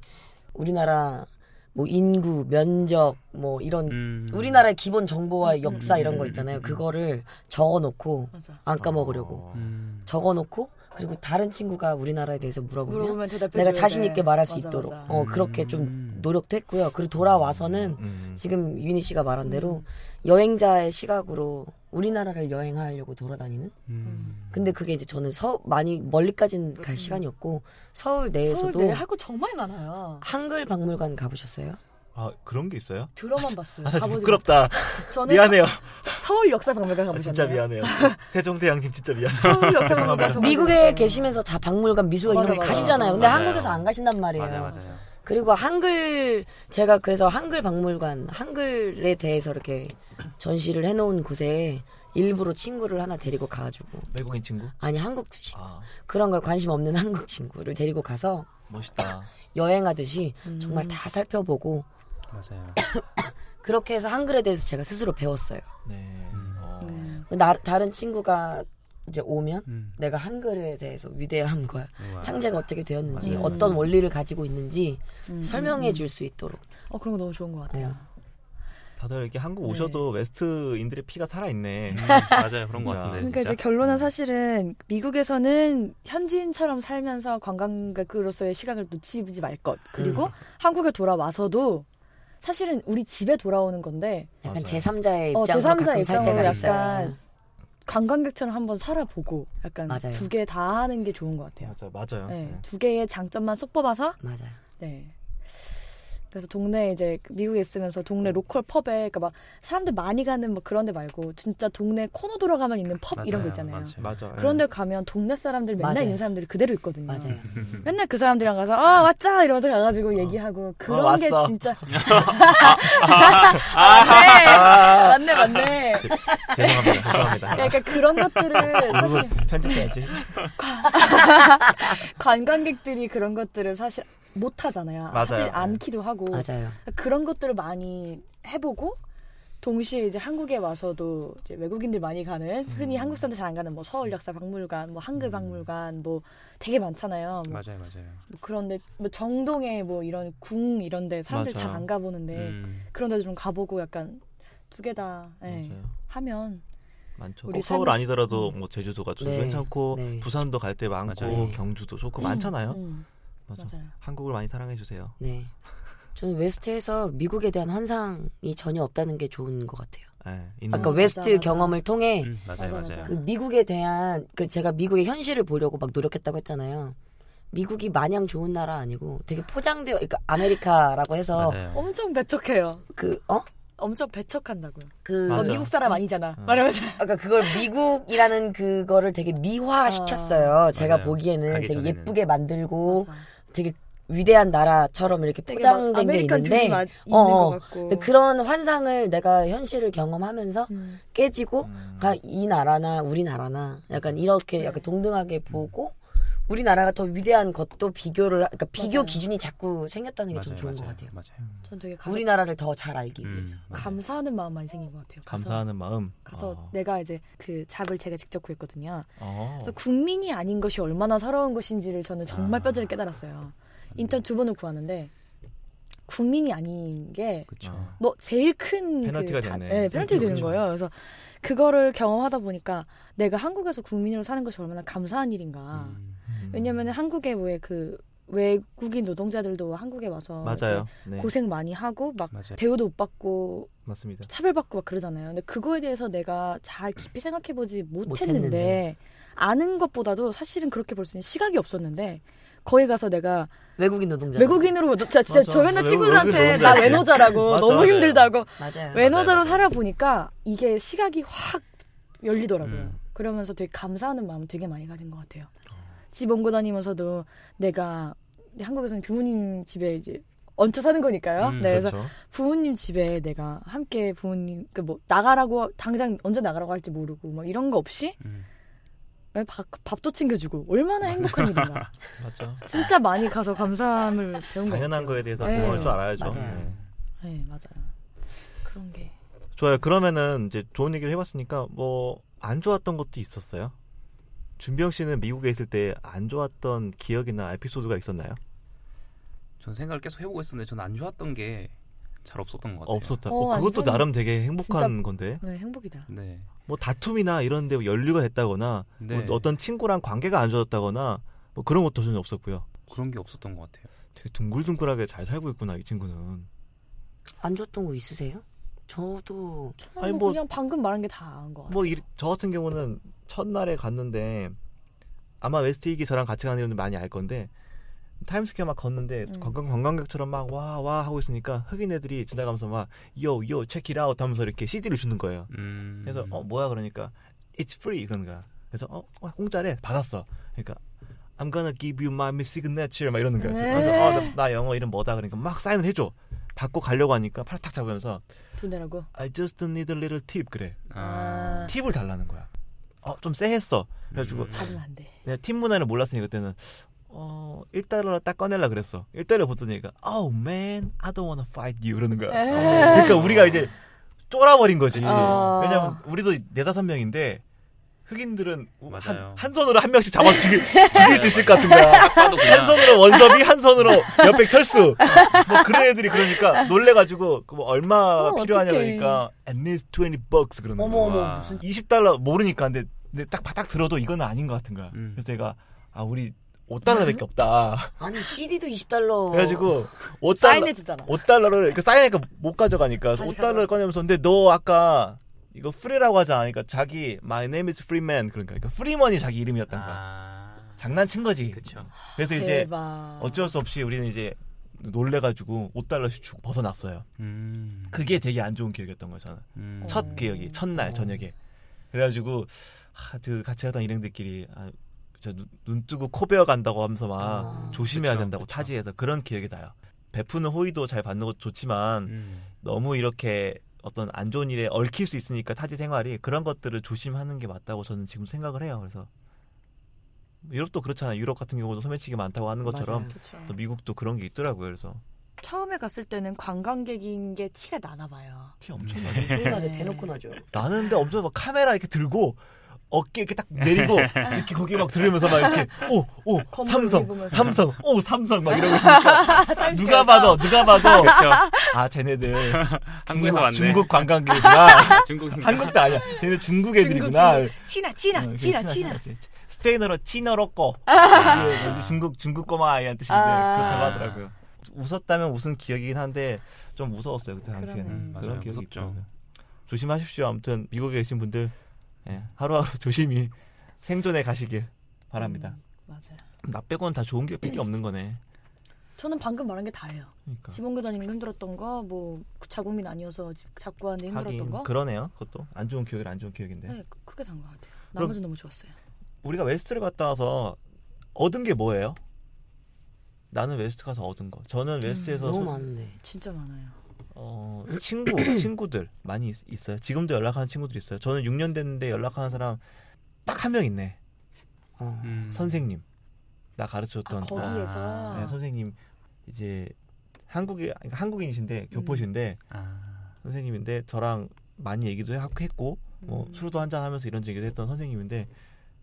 B: 우리나라 뭐 인구, 면적 뭐 이런
D: 음.
B: 우리나라의 기본 정보와 역사
D: 음,
B: 이런 거
D: 음, 음,
B: 있잖아요.
D: 음.
B: 그거를 적어놓고
C: 맞아.
B: 안 까먹으려고
F: 어.
D: 음.
B: 적어놓고 그리고 다른 친구가 우리나라에 대해서 물어보면
C: 물어보면 대답해
B: 내가
C: 줘야
B: 자신
C: 돼.
B: 있게 말할 수
C: 맞아,
B: 있도록
C: 맞아.
B: 어 그렇게
D: 음.
B: 좀 노력도 했고요. 그리고 돌아와서는
F: 음.
B: 지금 윤희 씨가 말한 대로
C: 음.
B: 여행자의 시각으로 우리나라를 여행하려고 돌아다니는
D: 음.
B: 근데 그게 이제 저는 서 많이 멀리까지는 갈 시간이 없고 서울
C: 서울
B: 내에서도
C: 내에 할거 정말 많아요.
B: 한글 박물관 가보셨어요?
F: 아 그런 게 있어요?
C: 들어만 봤어요.
F: 아 사실
C: 음. 가보지
F: 부끄럽다.
C: 못- 저는
F: 미안해요.
C: 서- 서울 역사박물관
F: 아,
C: 가보셨나요?
F: 진짜 미안해요. 세종대왕님 진짜 미안. 해요
C: 서울 역사박물관 정말
B: 미국에
C: 재밌어요.
B: 계시면서 다 박물관 미술관
C: 맞아,
B: 이런 거
C: 맞아,
B: 가시잖아요.
C: 맞아.
B: 근데
D: 맞아요.
B: 한국에서 안 가신단 말이에요.
D: 맞아요, 맞아요.
B: 그리고 한글 제가 그래서 한글 박물관 한글에 대해서 이렇게 전시를 해놓은 곳에 일부러 친구를 하나 데리고 가가지고
F: 외국인 친구?
B: 아니 한국 친구
F: 아
B: 그런 걸 관심 없는 한국 친구를 데리고 가서
F: 멋있다.
B: 여행하듯이
C: 음.
B: 정말 다 살펴보고
D: 맞아요.
B: 그렇게 해서 한글에 대해서 제가 스스로 배웠어요.
F: 네. 어.
C: 음.
B: 나, 다른 친구가 이제 오면
D: 음.
B: 내가 한글에 대해서 위대함과
D: 우와.
B: 창제가 어떻게 되었는지
D: 아. 맞아요.
B: 어떤 원리를 가지고 있는지
C: 음,
B: 설명해 네.
C: 음,
B: 줄 수 있도록
C: 어 그런 거 너무 좋은 것 같아요.
F: 다들 이렇게
C: 네.
F: 한국 오셔도 웨스트인들의 피가 살아있네.
D: 음, 맞아요. 그런
F: 진짜.
D: 것
F: 음.
D: 같은데.
C: 그러니까
D: 진짜.
C: 이제 결론은 사실은 미국에서는 현지인처럼 살면서 관광객으로서의 시각을 놓치지 말 것.
B: 음.
C: 그리고 한국에 돌아와서도 사실은 우리 집에 돌아오는 건데
B: 약간
F: 맞아요.
B: 제3자의
C: 어,
B: 입장으로
C: 제3자
B: 가끔 살 때가
C: 입장으로
B: 있어요.
C: 약간 관광객처럼 한번 살아보고 약간
B: 맞아요.
C: 두 개 다 하는 게 좋은 것 같아요.
A: 네.
F: 네. 맞아, 맞아요.
C: 네,
F: 네.
C: 두 개의 장점만 쏙 뽑아서
B: 맞아요.
C: 네. 그래서 동네 이제 미국에 있으면서 동네 로컬 펍에 그러니까 막 사람들 많이 가는 막 그런 데 말고 진짜 동네 코너 돌아가면 있는 펍 이런 거 있잖아요.
D: 맞아요.
A: 맞아. 예.
C: 그런 데 가면 동네 사람들 맨날
B: 맞아요.
C: 있는 사람들이 그대로 있거든요.
B: 맞아요.
C: 맨날 그 사람들이랑 가서 아 왔자 이러면서 가가지고 얘기하고 그런 게
A: 왔어.
C: 진짜 아, 맞네 맞네 맞네
A: 죄송합니다. 죄송합니다.
C: 그러니까 그런 것들을 사실
A: 그걸 편집해야지.
C: 관광객들이 그런 것들을 사실 못 하잖아요
A: 맞아요.
C: 하지
A: 네.
C: 않기도 하고
B: 맞아요.
C: 그런 것들을 많이 해보고 동시에 이제 한국에 와서도 이제 외국인들 많이 가는
A: 음.
C: 흔히 한국 사람들 잘 안 가는 뭐 서울 역사 박물관 뭐 한글 박물관 뭐 되게 많잖아요 뭐
D: 맞아요, 맞아요.
C: 뭐 그런데 뭐 정동에 뭐 이런 궁 이런 데 사람들 이 잘
A: 맞아요.
C: 안 가보는데
D: 음,
C: 그런 데도 좀 가보고 약간 두 개 다 예,
A: 맞아요.
C: 하면
A: 많죠.
C: 우리 음.
A: 꼭 서울
C: 삶의-
A: 아니더라도 뭐 제주도가 좀
B: 네,
A: 괜찮고
B: 네.
A: 부산도 갈 때 많고
D: 맞아요.
A: 경주도 좋고
C: 음,
A: 많잖아요.
C: 음,
A: 어? 맞아.
C: 맞아요.
A: 한국을 많이 사랑해 주세요.
B: 네. 저는 웨스트에서 미국에 대한 환상이 전혀 없다는 게 좋은 것 같아요.
A: 예. 있는
B: 아까
C: 음,
B: 웨스트
C: 맞아, 맞아.
B: 경험을 통해
D: 음, 맞아요,
C: 맞아,
D: 맞아요.
C: 맞아.
B: 그 미국에 대한 그 제가 미국의 현실을 보려고 막 노력했다고 했잖아요. 미국이 마냥 좋은 나라 아니고 되게 포장되어 그러니까 아메리카라고 해서
D: 맞아요.
C: 엄청 배척해요.
B: 그 어?
C: 엄청 배척한다고요.
B: 그
C: 너
A: 맞아.
C: 미국 사람 아니잖아.
A: 어.
C: 말하면서
B: 아까 그걸 미국이라는 그거를 되게 미화시켰어요. 제가
D: 맞아요.
B: 보기에는
D: 가기
B: 되게
D: 전에는.
B: 예쁘게 만들고
C: 맞아.
B: 되게 위대한 나라처럼 이렇게
C: 되게 막
B: 포장된 게
C: 아메리칸
B: 있는데
C: 주기 맛 있는
B: 어, 어.
C: 것 같고.
B: 근데 그런 환상을 내가 현실을 경험하면서
C: 음.
B: 깨지고
A: 음.
B: 아, 이 나라나 우리나라나 약간 이렇게
C: 네.
B: 약간 동등하게 보고 우리나라가 더 위대한 것도 비교를 하- 그러니까 비교
C: 맞아요.
B: 기준이 자꾸 생겼다는 게 좀 좋은
D: 맞아요,
B: 것 같아요.
D: 맞아요.
C: 전 되게 가서
B: 우리나라를 더 잘 알기
D: 음,
B: 위해서.
D: 맞아요.
C: 감사하는 마음 많이 생긴 것 같아요. 가서-
A: 감사하는 마음.
C: 가서
A: 어.
C: 내가 이제 그 잡을 제가 직접 구했거든요.
A: 어.
C: 그래서 국민이 아닌 것이 얼마나 서러운 것인지를 저는
A: 아.
C: 정말
A: 네.
C: 뼈저리 깨달았어요. 인턴 두 번을 구하는데 국민이 아닌 게
D: 그쵸.
A: 어.
C: 뭐 제일 큰
A: 페널티가
C: 그, 다-
A: 됐네.
C: 네,
A: 그렇죠,
C: 페널티 되는
A: 그렇죠.
C: 거예요. 그래서 그거를 경험하다 보니까 내가 한국에서 국민으로 사는 것이 얼마나 감사한 일인가.
D: 음,
A: 음.
C: 왜냐면 한국에 왜 그 외국인 노동자들도 한국에 와서
A: 맞아요.
C: 이렇게
A: 네.
C: 그 고생 많이 하고 막
D: 맞아요.
C: 대우도 못 받고
A: 맞습니다.
C: 차별받고 막 그러잖아요. 근데 그거에 대해서 내가 잘 깊이 생각해보지 못했는데
B: 못했는데.
C: 아는 것보다도 사실은 그렇게 볼 수 있는 시각이 없었는데 거기 가서 내가
B: 외국인 노동자.
C: 외국인으로 진짜, 진짜
A: 맞아.
C: 저 맨날
A: 외국-
C: 친구들한테
A: 외국인
C: 나
A: 노동자지.
C: 외노자라고
A: 맞아,
C: 너무
A: 맞아요.
C: 힘들다고
B: 맞아요.
C: 외노자로
D: 맞아요.
C: 살아보니까 이게 시각이 확 열리더라고요.
D: 음.
C: 그러면서 되게 감사하는 마음 되게 많이 가진 것 같아요. 집 옮고 다니면서도 내가 한국에서는 부모님 집에 이제 얹혀 사는 거니까요.
D: 음,
C: 네, 그래서
A: 그렇죠.
C: 부모님 집에 내가 함께 부모님 그 뭐 나가라고 당장 언제 나가라고 할지 모르고 막 이런 거 없이
D: 음,
C: 왜 밥, 밥도 챙겨주고 얼마나 행복한 일인가.
A: 맞죠.
C: 진짜 많이 가서 감사함을 배운 거
A: 당연한
C: 같아요.
A: 거에 대해서
C: 네.
A: 고마울 줄 알아야죠.
B: 맞아요.
A: 네.
C: 네 맞아요. 그런 게
A: 좋아요. 그러면은 이제 좋은 얘기를 해봤으니까 뭐 안 좋았던 것도 있었어요. 준병 씨는 미국에 있을 때 안 좋았던 기억이나 에피소드가 있었나요?
D: 전 생각을 계속 해보고 있었는데 전 안 좋았던 게 잘 없었던 것 같아요.
A: 없었다.
C: 어,
A: 어, 그것도
C: 완전
A: 나름 되게 행복한
C: 진짜-
A: 건데
C: 네, 행복이다.
D: 네.
A: 뭐 다툼이나 이런데 연류가 됐다거나
D: 네.
A: 뭐 어떤 친구랑 관계가 안 좋았다거나 뭐 그런 것도 전혀 없었고요.
D: 그런 게 없었던 것 같아요.
A: 되게 둥글둥글하게 잘 살고 있구나 이 친구는.
B: 안 좋았던 거 있으세요? 저도
C: 아니,
A: 아니,
C: 뭐
A: 뭐-
C: 그냥 방금 말한 게 다한 거. 같아요.
A: 뭐 저 같은 경우는 첫날에 갔는데 아마 웨스트익이 저랑 같이 가는 분들 많이 알 건데 타임스퀘어 막 걷는데
C: 음.
A: 관광 관광객처럼 막 와 와 하고 있으니까 흑인 애들이 지나가면서 막요요 체키라웃 하면서 이렇게 CD를 주는 거예요.
D: 음.
A: 그래서 어 뭐야 그러니까 it's free 그런 거야. 그래서 어 어, 공짜래 받았어. 그러니까 I'm gonna give you my signature 막 이러는 거야. 그래서
C: 네.
A: 어, 나, 나 영어 이름 뭐다 그러니까 막 사인을 해줘. 받고 가려고 하니까 팔을 탁 잡으면서
C: 돈 내라고.
A: I just need a little tip 그래.
D: 아.
A: 팁을 달라는 거야. 어, 좀 세했어. 그래가지고
D: 음.
C: 받으면 안 돼.
A: 내가 팁 문화를 몰랐으니 그때는 어, 1달러를 딱 꺼내려 그랬어. 1달러 보더니 얘가 Oh man, I don't wanna fight you 이러는 거야.
C: 네.
A: 그러니까 우리가 이제 쫄아버린 거지.
C: 어.
A: 왜냐면 우리도 네다섯 명인데 흑인들은 우- 한,
D: 맞아요.
A: 한 손으로 한 명씩 잡아 죽일, 죽일 수 있을 것 같은 거야.
D: 아빠도 그냥
A: 한 손으로 원섭이 한 손으로 옆에 철수 뭐 그런 애들이 그러니까 놀래가지고 그뭐 얼마
C: 어,
A: 필요하냐
C: 어떡해.
A: 그러니까 at least 20 bucks 그러는 거야.
B: 어머 어머
D: 와.
B: 무슨
A: 20달러 모르니까 근데, 근데 딱 바닥 들어도 이건 아닌 것 같은 거야.
D: 음.
A: 그래서 내가 아 우리
C: 어.
A: 5달러밖에 없다.
B: 아니 CD도 20달러.
A: 그래가지고 5달러
C: 사인해주잖아.
A: 5달러를 그 사인하니까 못 가져가니까
C: 다시
A: 5달러를 꺼내면서 근데 너 아까 이거 프리라고 하지 않으니까 자기 my name is free man 그러니까, 그러니까 프리먼이 자기 이름이었던 거야.
D: 아.
A: 장난친 거지.
D: 그쵸.
A: 그래서 이제
C: 아, 대박.
A: 어쩔 수 없이 우리는 이제 놀래가지고 5달러씩 주고 벗어났어요.
D: 음.
A: 그게 되게 안 좋은 기억이었던 거예요, 저는.
D: 음.
A: 첫 기억이, 첫날
B: 어.
A: 저녁에. 그래가지고, 하, 그 같이 하던 일행들끼리, 아, 저 눈, 눈 뜨고 코 베어 간다고 하면서 막
B: 아.
A: 조심해야
D: 그쵸,
A: 된다고
D: 그쵸.
A: 타지에서 그런 기억이 나요. 베푸는 호의도 잘 받는 것도 좋지만,
D: 음.
A: 너무 이렇게 어떤 안 좋은 일에 얽힐 수 있으니까 타지 생활이 그런 것들을 조심하는 게 맞다고 저는 지금 생각을 해요. 그래서 유럽도 그렇잖아요. 유럽 같은 경우도 소매치기 많다고 하는 것처럼
B: 맞아요.
C: 그렇죠.
A: 또 미국도 그런 게 있더라고요. 그래서
C: 처음에 갔을 때는 관광객인 게 티가 나나 봐요.
A: 티 엄청 나요.
B: 엄청 나죠. 대놓고 나죠.
A: 나는데 엄청 막 카메라 이렇게 들고 어깨 이렇게 딱 내리고 이렇게 거기 막 들으면서 막 이렇게 오오
C: 건물
A: 삼성
C: 입으면서.
A: 삼성 오 삼성 막 이러고 있으니까 누가 봐도 누가 봐도 아 쟤네들
D: 한국에서 왔네.
A: 중국 관광객이구나
D: 중국
A: 한국도 아니야. 쟤네 중국 아, 애들이구나.
C: 치나 치나
A: 응,
C: 치나
A: 어, 그래,
C: 치나.
A: 그렇죠. 스페인어로 치너로꺼. 아, 중국 중국 꼬마 아이한 뜻인데
C: 아.
A: 그렇다고 하더라고요. 웃었다면 웃은 기억이긴 한데 좀 무서웠어요 그때 당시에는
C: 그러네. 음,
A: 그런
D: 맞아요.
A: 기억이
D: 무섭죠.
A: 있더라고요. 조심하십시오. 아무튼 미국에 계신 분들 예, 하루하루 조심히 생존해 가시길 바랍니다.
C: 맞아요.
A: 나 빼고는 다 좋은 기억밖에 없는 거네.
C: 저는 방금 말한 게 다예요.
A: 그러니까
C: 집 옮겨 다니는 거 힘들었던 거, 뭐 자국민 아니어서 집 잡고 하는데 힘들었던 거.
A: 하긴 그러네요. 그것도 안 좋은 기억이 안 좋은 기억인데
C: 네, 그- 그게 단것 같아요. 나머지 는 너무 좋았어요.
A: 우리가 웨스트를 갔다 와서 얻은 게 뭐예요? 나는 웨스트 가서 얻은 거. 저는 웨스트에서
B: 너무
C: 음.
A: 소-
B: 많은데.
C: 진짜 많아요.
A: 어, 친구, 친구들 많이 있, 어요 지금도 연락하는 친구들 있어요. 저는 6년 됐는데 연락하는 사람 딱 한 명 있네.
B: 어.
D: 음.
A: 선생님. 나
C: 아,
A: 가르쳤던
C: 거기에서
D: 아,
A: 네, 선생님 이제 한국이
C: 음.
A: 한국인이신데 교포신데
D: 아.
A: 선생님인데 저랑 많이 얘기도 하- 했고
C: 음.
A: 뭐 술도 한잔 하면서 이런 얘기도 했던 선생님인데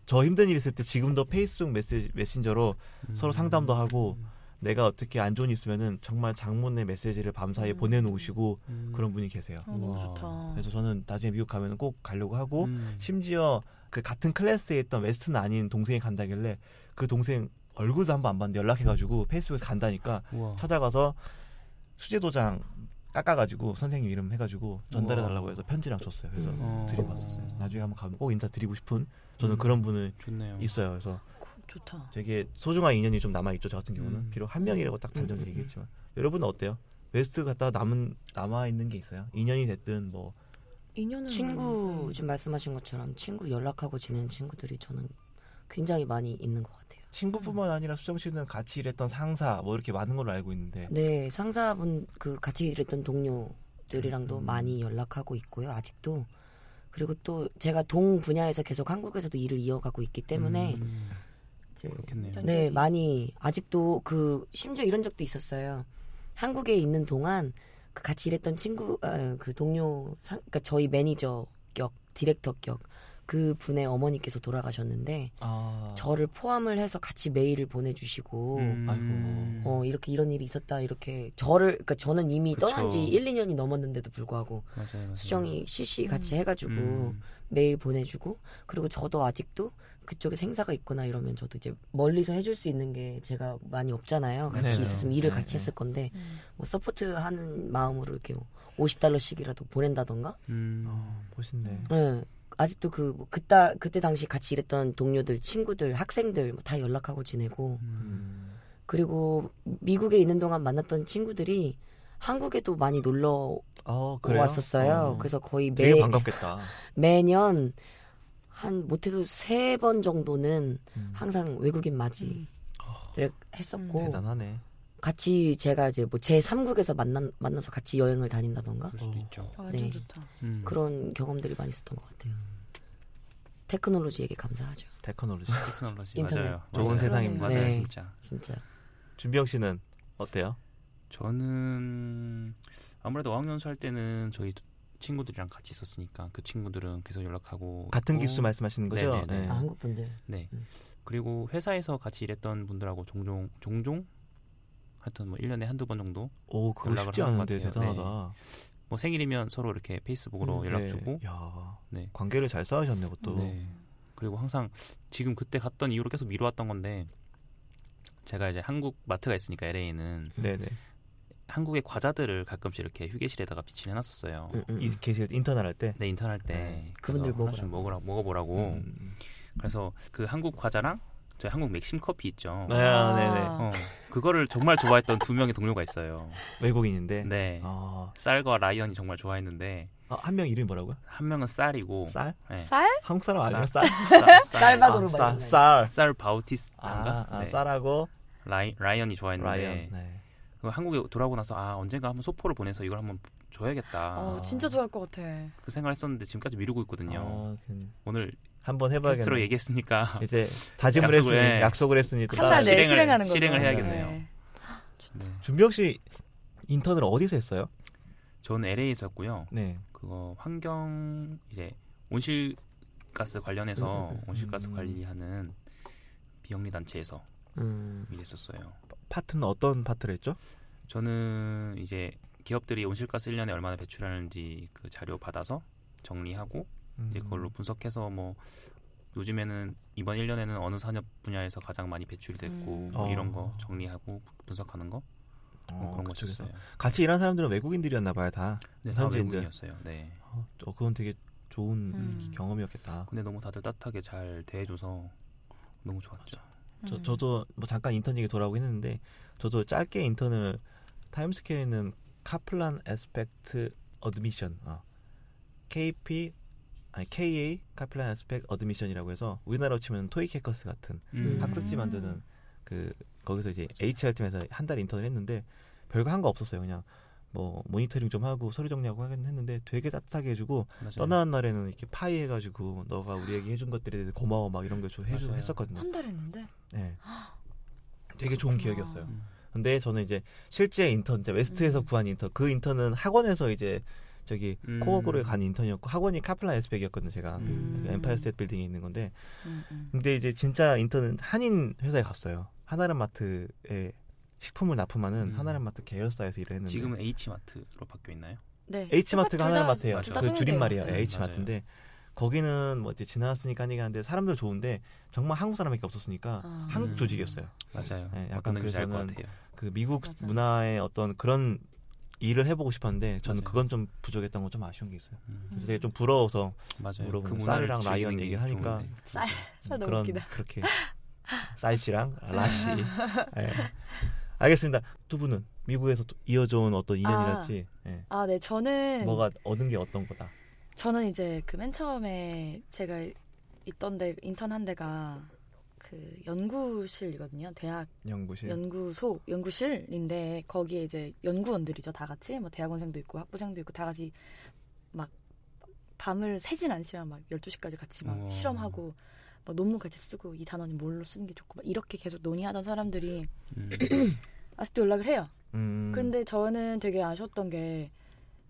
A: 저 힘든 일 있을 때 지금도 페이스북 메시지 메신저로
D: 음.
A: 서로 상담도 하고 내가 어떻게 안 좋은 일 있으면은 정말 장문의 메시지를 밤사이에
C: 음.
A: 보내놓으시고
D: 음.
A: 그런 분이 계세요.
C: 아, 너무
D: 우와.
C: 좋다.
A: 그래서 저는 나중에 미국 가면 꼭 가려고 하고
D: 음.
A: 심지어 그 같은 클래스에 있던 웨스트는 아닌 동생이 간다길래 그 동생 얼굴도 한 번 안 봤는데 연락해가지고 페이스북에서 간다니까
D: 우와.
A: 찾아가서 수제 도장 깎아가지고 선생님 이름 해가지고 전달해달라고
D: 우와.
A: 해서 편지랑 줬어요. 그래서
C: 음.
D: 어.
A: 드리고 왔었어요. 나중에 한번 가면 꼭 인사 드리고 싶은 저는
D: 음.
A: 그런 분은
D: 좋네요.
A: 있어요. 그래서
C: 고- 좋다.
A: 되게 소중한 인연이 좀 남아 있죠. 저 같은 경우는
D: 음.
A: 비록 한 명이라고 딱 단정히 얘기했지만 여러분은 어때요? 웨스트 갔다가 남은 남아 있는 게 있어요? 인연이 됐든 뭐
C: 인연은
B: 친구 지금 말씀하신 것처럼 친구 연락하고 지내는 친구들이 저는 굉장히 많이 있는 것 같아요.
A: 친구뿐만 아니라 수정 씨는 같이 일했던 상사 뭐 이렇게 많은 걸로 알고 있는데
B: 네, 상사분 그 같이 일했던 동료들이랑도 많이 연락하고 있고요. 아직도 그리고 또 제가 동 분야에서 계속 한국에서도 일을 이어가고 있기 때문에
D: 음.
B: 이제
D: 그렇겠네요.
B: 네 많이 아직도 그 심지어 이런 적도 있었어요. 한국에 있는 동안 그 같이 일했던 친구 아, 그 동료 상 그러니까 저희 매니저 격 디렉터 격 그 분의 어머니께서 돌아가셨는데
A: 아
B: 저를 포함을 해서 같이 메일을 보내주시고
D: 음.
A: 아이고.
B: 어 이렇게 이런 일이 있었다 이렇게 저를 그러니까 저는 이미
D: 그쵸.
B: 떠난 지 1, 2년이 넘었는데도 불구하고
D: 맞아요, 맞아요.
B: 수정이 CC 같이
C: 음.
B: 해가지고
D: 음.
B: 메일 보내주고 그리고 저도 아직도 그쪽에 행사가 있거나 이러면 저도 이제 멀리서 해줄 수 있는 게 제가 많이 없잖아요 같이
A: 네.
B: 있었으면 일을
A: 네,
B: 같이
A: 네.
B: 했을 건데
C: 음.
B: 뭐 서포트하는 마음으로 이렇게 뭐 50달러씩이라도 보낸다던가
D: 음.
A: 어, 멋있네
B: 예. 아직도 그 뭐, 그따 그때 당시 같이 일했던 동료들 친구들 학생들 뭐다 연락하고 지내고
A: 음.
B: 그리고 미국에 있는 동안 만났던 친구들이 한국에도 많이 놀러
A: 어 그래요
B: 뭐 왔었어요.
A: 어.
B: 그래서 거의
A: 되게
B: 매,
A: 반갑겠다
B: 매년 한 못해도 세 번 정도는
A: 음.
B: 항상 외국인 맞이를
C: 음.
B: 했었고
A: 대단하네
B: 같이 제가 이제 뭐제 3국에서 만난, 만나서 같이 여행을 다닌다던가
D: 그럴 수도
A: 어.
D: 있죠.
C: 아, 완전
B: 네.
C: 좋다.
D: 음.
B: 그런 경험들이 많이 있었던 것 같아요. 테크놀로지에게 감사하죠.
A: 테크놀로지
D: 테크놀로지
B: 인터넷.
D: 맞아요.
A: 좋은
D: 맞아요.
A: 세상입니다.
D: 맞아요,
B: 네.
D: 진짜.
B: 진짜.
A: 준비영 씨는 어때요
D: 저는 아무래도 어학연수 할 때는 저희 친구들이랑 같이 있었으니까 그 친구들은 계속 연락하고
A: 같은
D: 있고.
A: 기수 말씀하시는 거죠
D: 네, 네, 네.
B: 아, 한국 분들.
D: 네.
B: 음.
D: 그리고 회사에서 같이 일했던 분들하고 종종 종종 하여튼 뭐 1년에 한두 번 정도
A: 오 그거
D: 연락을
A: 쉽지
D: 하는 것
A: 않은데
D: 같아요.
A: 대단하다
D: 뭐 생일이면 서로 이렇게 페이스북으로
B: 음,
D: 연락
A: 네. 어.
D: 주고
A: 야
D: 네.
A: 관계를 잘 쌓으셨네 그것도
D: 네. 그리고 항상 지금 그때 갔던 이후로 계속 미뤄왔던 건데 제가 이제 한국 마트가 있으니까 LA는
A: 네네
D: 한국의 과자들을 가끔씩 이렇게 휴게실에다가 비치를 해놨었어요.
B: 음, 음.
A: 이 계실 인턴 할 때
D: 네 인턴 할 때
A: 네.
B: 그분들
D: 그래서 하나씩 먹으라 먹어보라고.
A: 음.
D: 그래서 그 한국 과자랑 저희 한국 맥심 커피 있죠.
A: 아, 네네
C: 아.
D: 어, 그거를 정말 좋아했던 두 명의 동료가 있어요.
A: 외국인인데.
D: 네.
A: 어,
D: 쌀과 라이언이 정말 좋아했는데
A: 아, 한명 이름이 뭐라고요?
D: 한 명은 쌀이고
A: 쌀?
D: 네.
C: 쌀?
A: 한국 사람 아니에요?
D: 쌀.
A: 쌀?
D: 쌀,
B: 살바도르
A: 아, 쌀.
B: 말이에요.
A: 쌀.
D: 쌀 바우티스타인가?
A: 아, 아
D: 네.
A: 쌀하고
D: 라이, 라이언이 좋아했는데
A: 라이언. 네.
D: 그 한국에 돌아오고 나서 아 언젠가 한번 소포를 보내서 이걸 한번 줘야겠다
C: 어, 진짜 좋아할 것 같아.
D: 그 생각을 했었는데 지금까지 미루고 있거든요.
A: 어, 그-
D: 오늘
A: 한번
D: 게스트로
A: 해봐야겠네.
D: 얘기했으니까
A: 이제 다짐을
D: 약속을
A: 했으니
D: 해.
A: 약속을 했으니 또
C: 한 달
A: 따라야지.
C: 내에
D: 실행을-
C: 실행하는 거.
D: 실행을 해야겠네요. 네.
A: 준병 씨 인턴을 어디서 했어요?
D: 저는 LA에서 했고요.
A: 네.
D: 그거 환경 이제 온실가스 관련해서 온실가스
A: 음.
D: 관리하는 비영리 단체에서
A: 음,
D: 일했었어요.
A: 파트는 어떤 파트를 했죠?
D: 저는 이제 기업들이 온실가스 1년에 얼마나 배출하는지 그 자료 받아서 정리하고
A: 음.
D: 이제 그걸로
A: 어,
D: 분석해서 뭐 요즘에는 이번 1년에는 어느 산업 분야에서 가장 많이 배출이 됐고
G: 음.
D: 뭐
A: 어.
D: 이런 거 정리하고 분석하는 거 뭐 그런 거
A: 그쵸, 그쵸.
D: 했었어요.
A: 같이 일한 사람들은 외국인들이었나 봐요 다.
D: 네, 다
A: 현지인들.
D: 외국인이었어요. 네.
A: 어, 어, 그건 되게 좋은
C: 음.
A: 경험이었겠다.
D: 근데 너무 다들 따뜻하게 잘 대해줘서 너무 좋았죠.
A: 저,
D: 음.
C: 음.
A: 저도 뭐 잠깐 인턴 얘기 돌아오긴 했는데 저도 짧게 인턴을 타임스퀘어에 있는 카플란 에스펙트 어드미션 어. KP 아니 KA 카플란 에스펙트 어드미션이라고 해서 우리나라로 치면 토익 해커스 같은
B: 음.
A: 학습지 만드는 그 거기서 이제 HR 팀에서 한 달 인턴을 했는데 별거 한 거 없었어요 그냥 뭐 모니터링 좀 하고 서류 정리하고 하긴 했는데 되게 따뜻하게 해주고
D: 맞아요.
A: 떠나는 날에는 이렇게 파이 해가지고 너가 우리에게 해준 것들에 대해 고마워 막 이런 걸좀 해주고
D: 맞아요.
A: 했었거든요.
C: 한 달 했는데.
A: 네. 되게 좋은 기억이었어요.
D: 음.
A: 근데 저는 이제 실제 인턴, 이제 웨스트에서 구한 인턴, 그 인턴은 학원에서 이제 저기
D: 음.
A: 코어그룹에 간 인턴이었고 학원이 카플라 에스백이었거든요. 제가 그
D: 음.
A: 엠파이어 스테이트 빌딩에 있는 건데
G: 음, 음.
A: 근데 이제 진짜 인턴은 한인 회사에 갔어요. 하나름마트에 식품을 납품하는
D: 음.
A: 하나름마트 계열사에서 일을 했는데
D: 지금은 어, H 마트로 바뀌어 있나요?
C: 네.
A: H마트가
C: 똑같- 둘 다-
A: 하나마트예요.
D: 둘다
A: 그
C: 성인데요.
A: 줄임말이에요.
D: 음,
C: 네.
A: H마트인데 거기는 뭐 이제 지나왔으니까 하니까 하는데 사람들 좋은데 정말 한국 사람밖에 없었으니까
C: 아.
A: 한국
D: 음.
A: 조직이었어요.
D: 맞아요.
A: 네,
D: 어떤
A: 약간
D: 느낌인지 알 것
A: 그래서는
D: 같아요.
A: 그 미국
C: 맞아,
A: 문화의 어떤 그런 일을 해보고 싶었는데 저는
D: 맞아요.
A: 그건 좀 부족했던 건 좀 아쉬운 게 있어요.
D: 음.
A: 그래서 되게 좀 부러워서
D: 맞아요. 그
A: 물어보면
D: 문화를
A: 쌀이랑
D: 즐기는
A: 라이언
D: 게
A: 얘기를 하니까
D: 좋은데.
C: 쌀. 쌀 아, 너무
A: 그런
C: 웃기다.
A: 그렇게 쌀씨랑 라씨. 예. 알겠습니다. 두 분은 미국에서 또 이어져온 어떤 인연이랄지 예.
C: 아, 네. 저는
A: 뭐가 얻은 게 어떤 거다.
C: 저는 이제 그 맨 처음에 제가 있던 데 인턴 한 데가 그 연구실이거든요. 대학
A: 연구실.
C: 연구소 연구실인데 거기에 이제 연구원들이죠 다 같이 뭐 대학원생도 있고 학부생도 있고 다 같이 막 밤을 새진 않지만 막 12시까지 같이 막
D: 우와.
C: 실험하고 막 논문 같이 쓰고 이 단어는 뭘로 쓰는 게 좋고 막 이렇게 계속 논의하던 사람들이
D: 음.
C: 아직도 연락을 해요.
A: 음.
C: 근데 저는 되게 아쉬웠던 게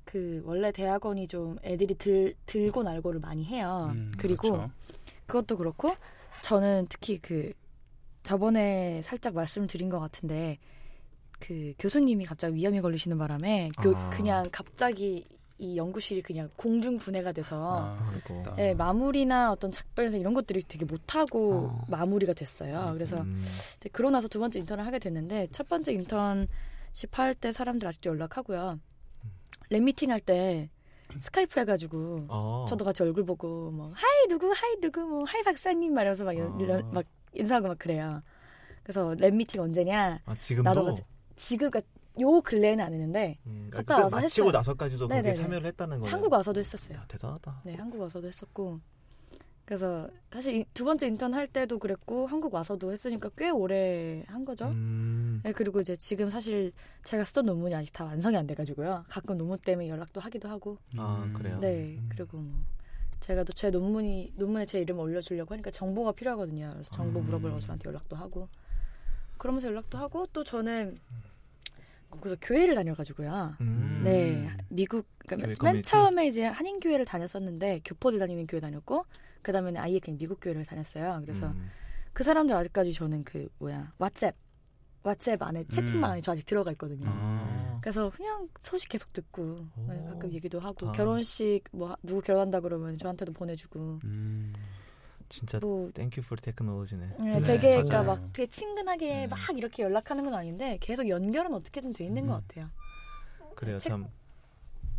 C: 그 원래 대학원이 좀 애들이 들 들고 날고를 많이 해요.
D: 음,
C: 그리고
D: 그렇죠.
C: 그것도 그렇고 저는 특히 그 저번에 살짝 말씀드린 것 같은데 그 교수님이 갑자기 위염이 걸리시는 바람에 교-
A: 아.
C: 그냥 갑자기 이 연구실이 그냥 공중 분해가 돼서
D: 아,
A: 그리고
D: 그렇다.
C: 예, 마무리나 어떤 작별에서 이런 것들이 되게 못하고
B: 어.
C: 마무리가 됐어요. 아, 그래서
A: 음.
C: 근데 그러고 나서 두 번째 인턴을 하게 됐는데 첫 번째 인턴십 할 때 사람들 아직도 연락하고요.
A: 음.
C: 랩미팅 할 때 스카이프 해가지고
A: 어.
C: 저도 같이 얼굴 보고 뭐 하이 누구 하이 누구 뭐 하이 박사님 말하면서 막, 이런-
A: 아.
C: 이런- 막 인사하고 막 그래요. 그래서 랩 미팅 언제냐?
A: 아, 지금도
C: 나도 같이- 지금 그러니까 요 근래에는 안 했는데
A: 음,
C: 갔다
A: 그때
C: 와서
A: 마치고
C: 했어요.
A: 나서까지도 그렇게
C: 네네네.
A: 참여를 했다는 거예요. 음.
C: 한국 와서도 했었어요.
A: 야, 대단하다.
C: 네, 한국 와서도 했었고 그래서 사실 이- 두 번째 인턴 할 때도 그랬고 한국 와서도 했으니까 꽤 오래 한 거죠.
A: 음.
C: 네, 그리고 이제 지금 사실 제가 쓰던 논문이 아직 다 완성이 안 돼가지고요. 가끔 논문 때문에 연락도 하기도 하고.
A: 아,
D: 음.
A: 그래요?
C: 네,
A: 음.
C: 그리고 뭐 제가 또 제 논문이 논문에 제 이름 올려주려고 하니까 정보가 필요하거든요. 그래서 정보
A: 음.
C: 물어보려고 저한테 연락도 하고 그러면서 연락도 하고 또 저는 거기서 교회를 다녀가지고요.
A: 음.
C: 네, 미국
A: 교회
C: 그러니까 맨
A: 커뮤니티?
C: 처음에 이제 한인 교회를 다녔었는데 교포들 다니는 교회 다녔고 그 다음에는 아예 그냥 미국 교회를 다녔어요. 그래서
A: 음.
C: 그 사람들 아직까지 저는 그 뭐야 왓츠앱 왓츠앱 안에 채팅방
D: 음.
C: 안에 저 아직 들어가 있거든요.
A: 아.
C: 그래서 그냥 소식 계속 듣고
A: 오,
C: 네, 가끔 얘기도 하고
A: 좋다.
C: 결혼식 뭐 하- 누구 결혼한다 그러면 저한테도 보내주고
D: 음.
A: 진짜
C: 뭐
A: 땡큐 포 네. 테크놀로지네.
C: 네,
D: 네,
C: 되게 그러니까
D: 맞아요.
C: 막 되게 친근하게
A: 음.
C: 막 이렇게 연락하는 건 아닌데 계속 연결은 어떻게든 돼 있는
A: 음.
C: 것 같아요.
A: 그래요.
C: 책-
A: 참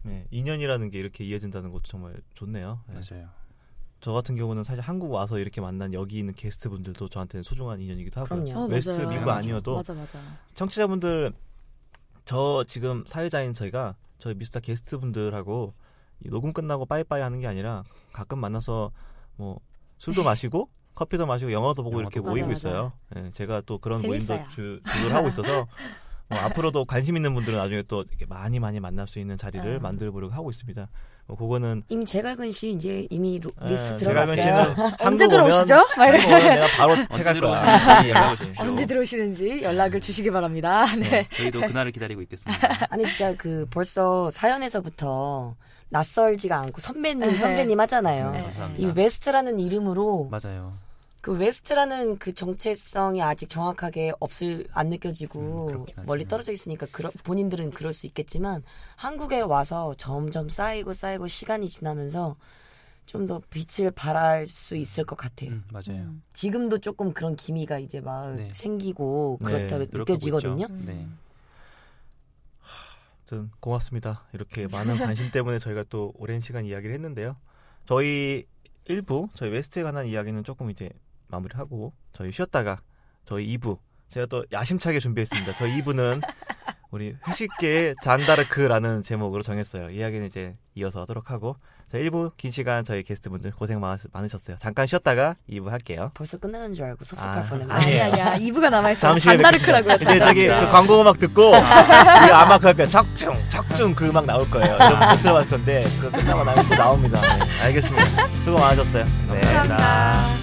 A: 네, 인연이라는 게 이렇게 이어진다는 것도 정말 좋네요. 네.
D: 맞아요.
A: 저 같은 경우는 사실 한국 와서 이렇게 만난 여기 있는 게스트분들도 저한테는 소중한 인연이기도 하고 요
B: 그럼요.
H: 어,
A: 웨스트
H: 맞아요.
A: 미국 아니어도
H: 맞아 맞아.
A: 청취자분들 저 지금 사회자인 저희가 저희 미스터 게스트분들하고 이 녹음 끝나고 빠이빠이 하는 게 아니라 가끔 만나서 뭐 술도 마시고 커피도 마시고 영화도 보고
D: 영화도
A: 이렇게
D: 보고.
A: 모이고
H: 맞아, 맞아.
A: 있어요. 예, 제가 또 그런
C: 재밌어요.
A: 모임도 주, 주도를 하고 있어서 뭐 앞으로도 관심 있는 분들은 나중에 또 이렇게 많이 많이 만날 수 있는 자리를
H: 음.
A: 만들어보려고 하고 있습니다. 뭐 그거는
B: 이미 제갈근 씨 이제 이미 로-
A: 예,
B: 리스트
A: 제가 알면
B: 들어갔어요.
A: 씨는
C: 언제
A: 한국
C: 들어오시죠?
A: 오면
C: 막 이래.
A: 한국 오면 내가 바로
D: 언제
A: 체갈 거야.
D: 들어오시는지 많이 연락을 주십시오.
C: 언제 들어오시는지 연락을 주시기 바랍니다. 네.
D: 저희도 그날을 기다리고 있겠습니다.
B: 아니 진짜 그 벌써 사연에서부터 낯설지가 않고 선배님
C: 네.
B: 선배님
D: 네,
B: 하잖아요. 이
D: 감사합니다.
B: 웨스트라는 이름으로
D: 맞아요.
B: 그 웨스트라는 그 정체성이 아직 정확하게 없을 안
D: 음,
B: 느껴지고
D: 그렇긴 하죠.
B: 멀리 떨어져 있으니까 그러, 본인들은 그럴 수 있겠지만 한국에 와서 점점 쌓이고 쌓이고 시간이 지나면서 좀 더 빛을 발할 수 있을 것 같아요.
D: 음, 맞아요.
H: 음.
B: 지금도 조금 그런 기미가 이제 막
D: 네.
B: 생기고
A: 네,
B: 그렇다고
D: 노력하고
B: 느껴지거든요.
C: 음.
D: 있죠. 네.
A: 아무튼 고맙습니다. 이렇게 많은 관심 때문에 저희가 또 오랜 시간 이야기를 했는데요. 저희 일부 저희 웨스트에 관한 이야기는 조금 이제 마무리를 하고 저희 쉬었다가 저희 2부 제가 또 야심차게 준비했습니다. 저희 2부는 우리 회식계의 잔다르크라는 제목으로 정했어요. 이야기는 이제 이어서 하도록 하고 저희 1부 긴 시간 저희 게스트분들 고생 많- 많으셨어요. 잠깐 쉬었다가 2부 할게요.
B: 벌써 끝나는 줄 알고 섭섭할
A: 아,
B: 뻔했네.
A: 아니에요.
C: 아니야, 아니야. 2부가 남아있어요.
A: 잠시 후에
C: 잔다르크라고요. 네.
A: 이제 저기 그 광고 음악 듣고 우리 아마 그 앞에 적중 적중 그 음악 나올 거예요. 여러분 못 들어봤을 건데 그 끝나고 나면 또 나옵니다. 네, 알겠습니다. 수고 많으셨어요. 네.
C: 감사합니다.